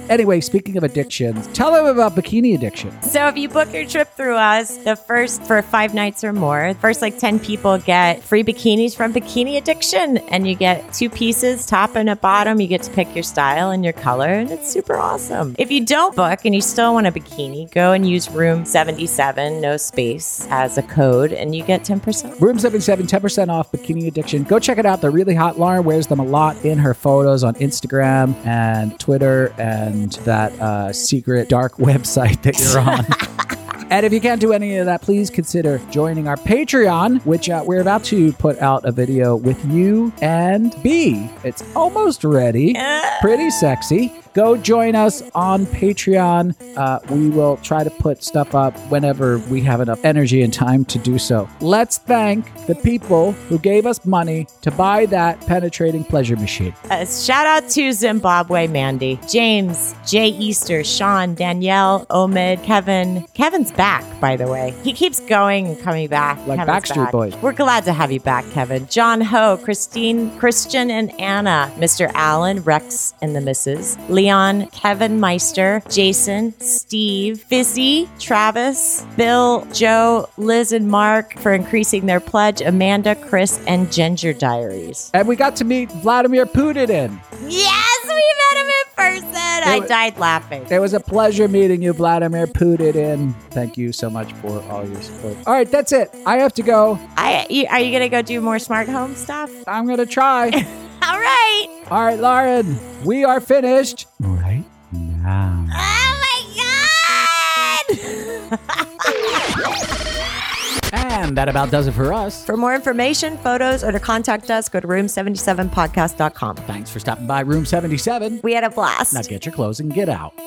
B: Anyway, speaking of addictions, tell them about bikini addiction.
A: So if you book your trip through us, the first for five nights or more, first like 10 people get free bikinis from Bikini Addiction. And you get two pieces, top and a bottom. You get to pick your style and your color, and it's super awesome. If you don't book and you still want a bikini, go and use room 77, no space, as a code, and you get 10%.
B: Room 77, 10% off Bikini Addiction. Go check it out. They're really hot. Lauren wears them a lot in her photos on Instagram and Twitter and that uh, secret dark website that you're on. And if you can't do any of that, please consider joining our Patreon, which uh, we're about to put out a video with you and B. It's almost ready, pretty sexy. Go join us on Patreon. Uh, we will try to put stuff up whenever we have enough energy and time to do so. Let's thank the people who gave us money to buy that penetrating pleasure machine.
A: Uh, shout out to Zimbabwe Mandy, James, Jay Easter, Sean, Danielle, Omid, Kevin. Kevin's back, by the way. He keeps going and coming back.
B: Like
A: Kevin's
B: Backstreet
A: back.
B: Boys.
A: We're glad to have you back, Kevin. John Ho, Christine, Christian, and Anna, Mr. Allen, Rex, and the Misses, Leon, Kevin Meister, Jason, Steve, Fizzy, Travis, Bill, Joe, Liz, and Mark for increasing their pledge, Amanda, Chris, and Ginger Diaries.
B: And we got to meet Vladimir Putin.
A: Yes, we met him in person. I died laughing.
B: It was a pleasure meeting you, Vladimir Putin. Thank you so much for all your support. All right, that's it. I have to go.
A: I, you, are you going to go do more smart home stuff?
B: I'm going to try.
A: All right.
B: All right, Lauren, we are finished.
A: Oh my God.
B: And that about does it for us.
A: For more information, photos, or to contact us, go to room77podcast.com.
B: Thanks for stopping by Room 77.
A: We had a blast.
B: Now get your clothes and get out.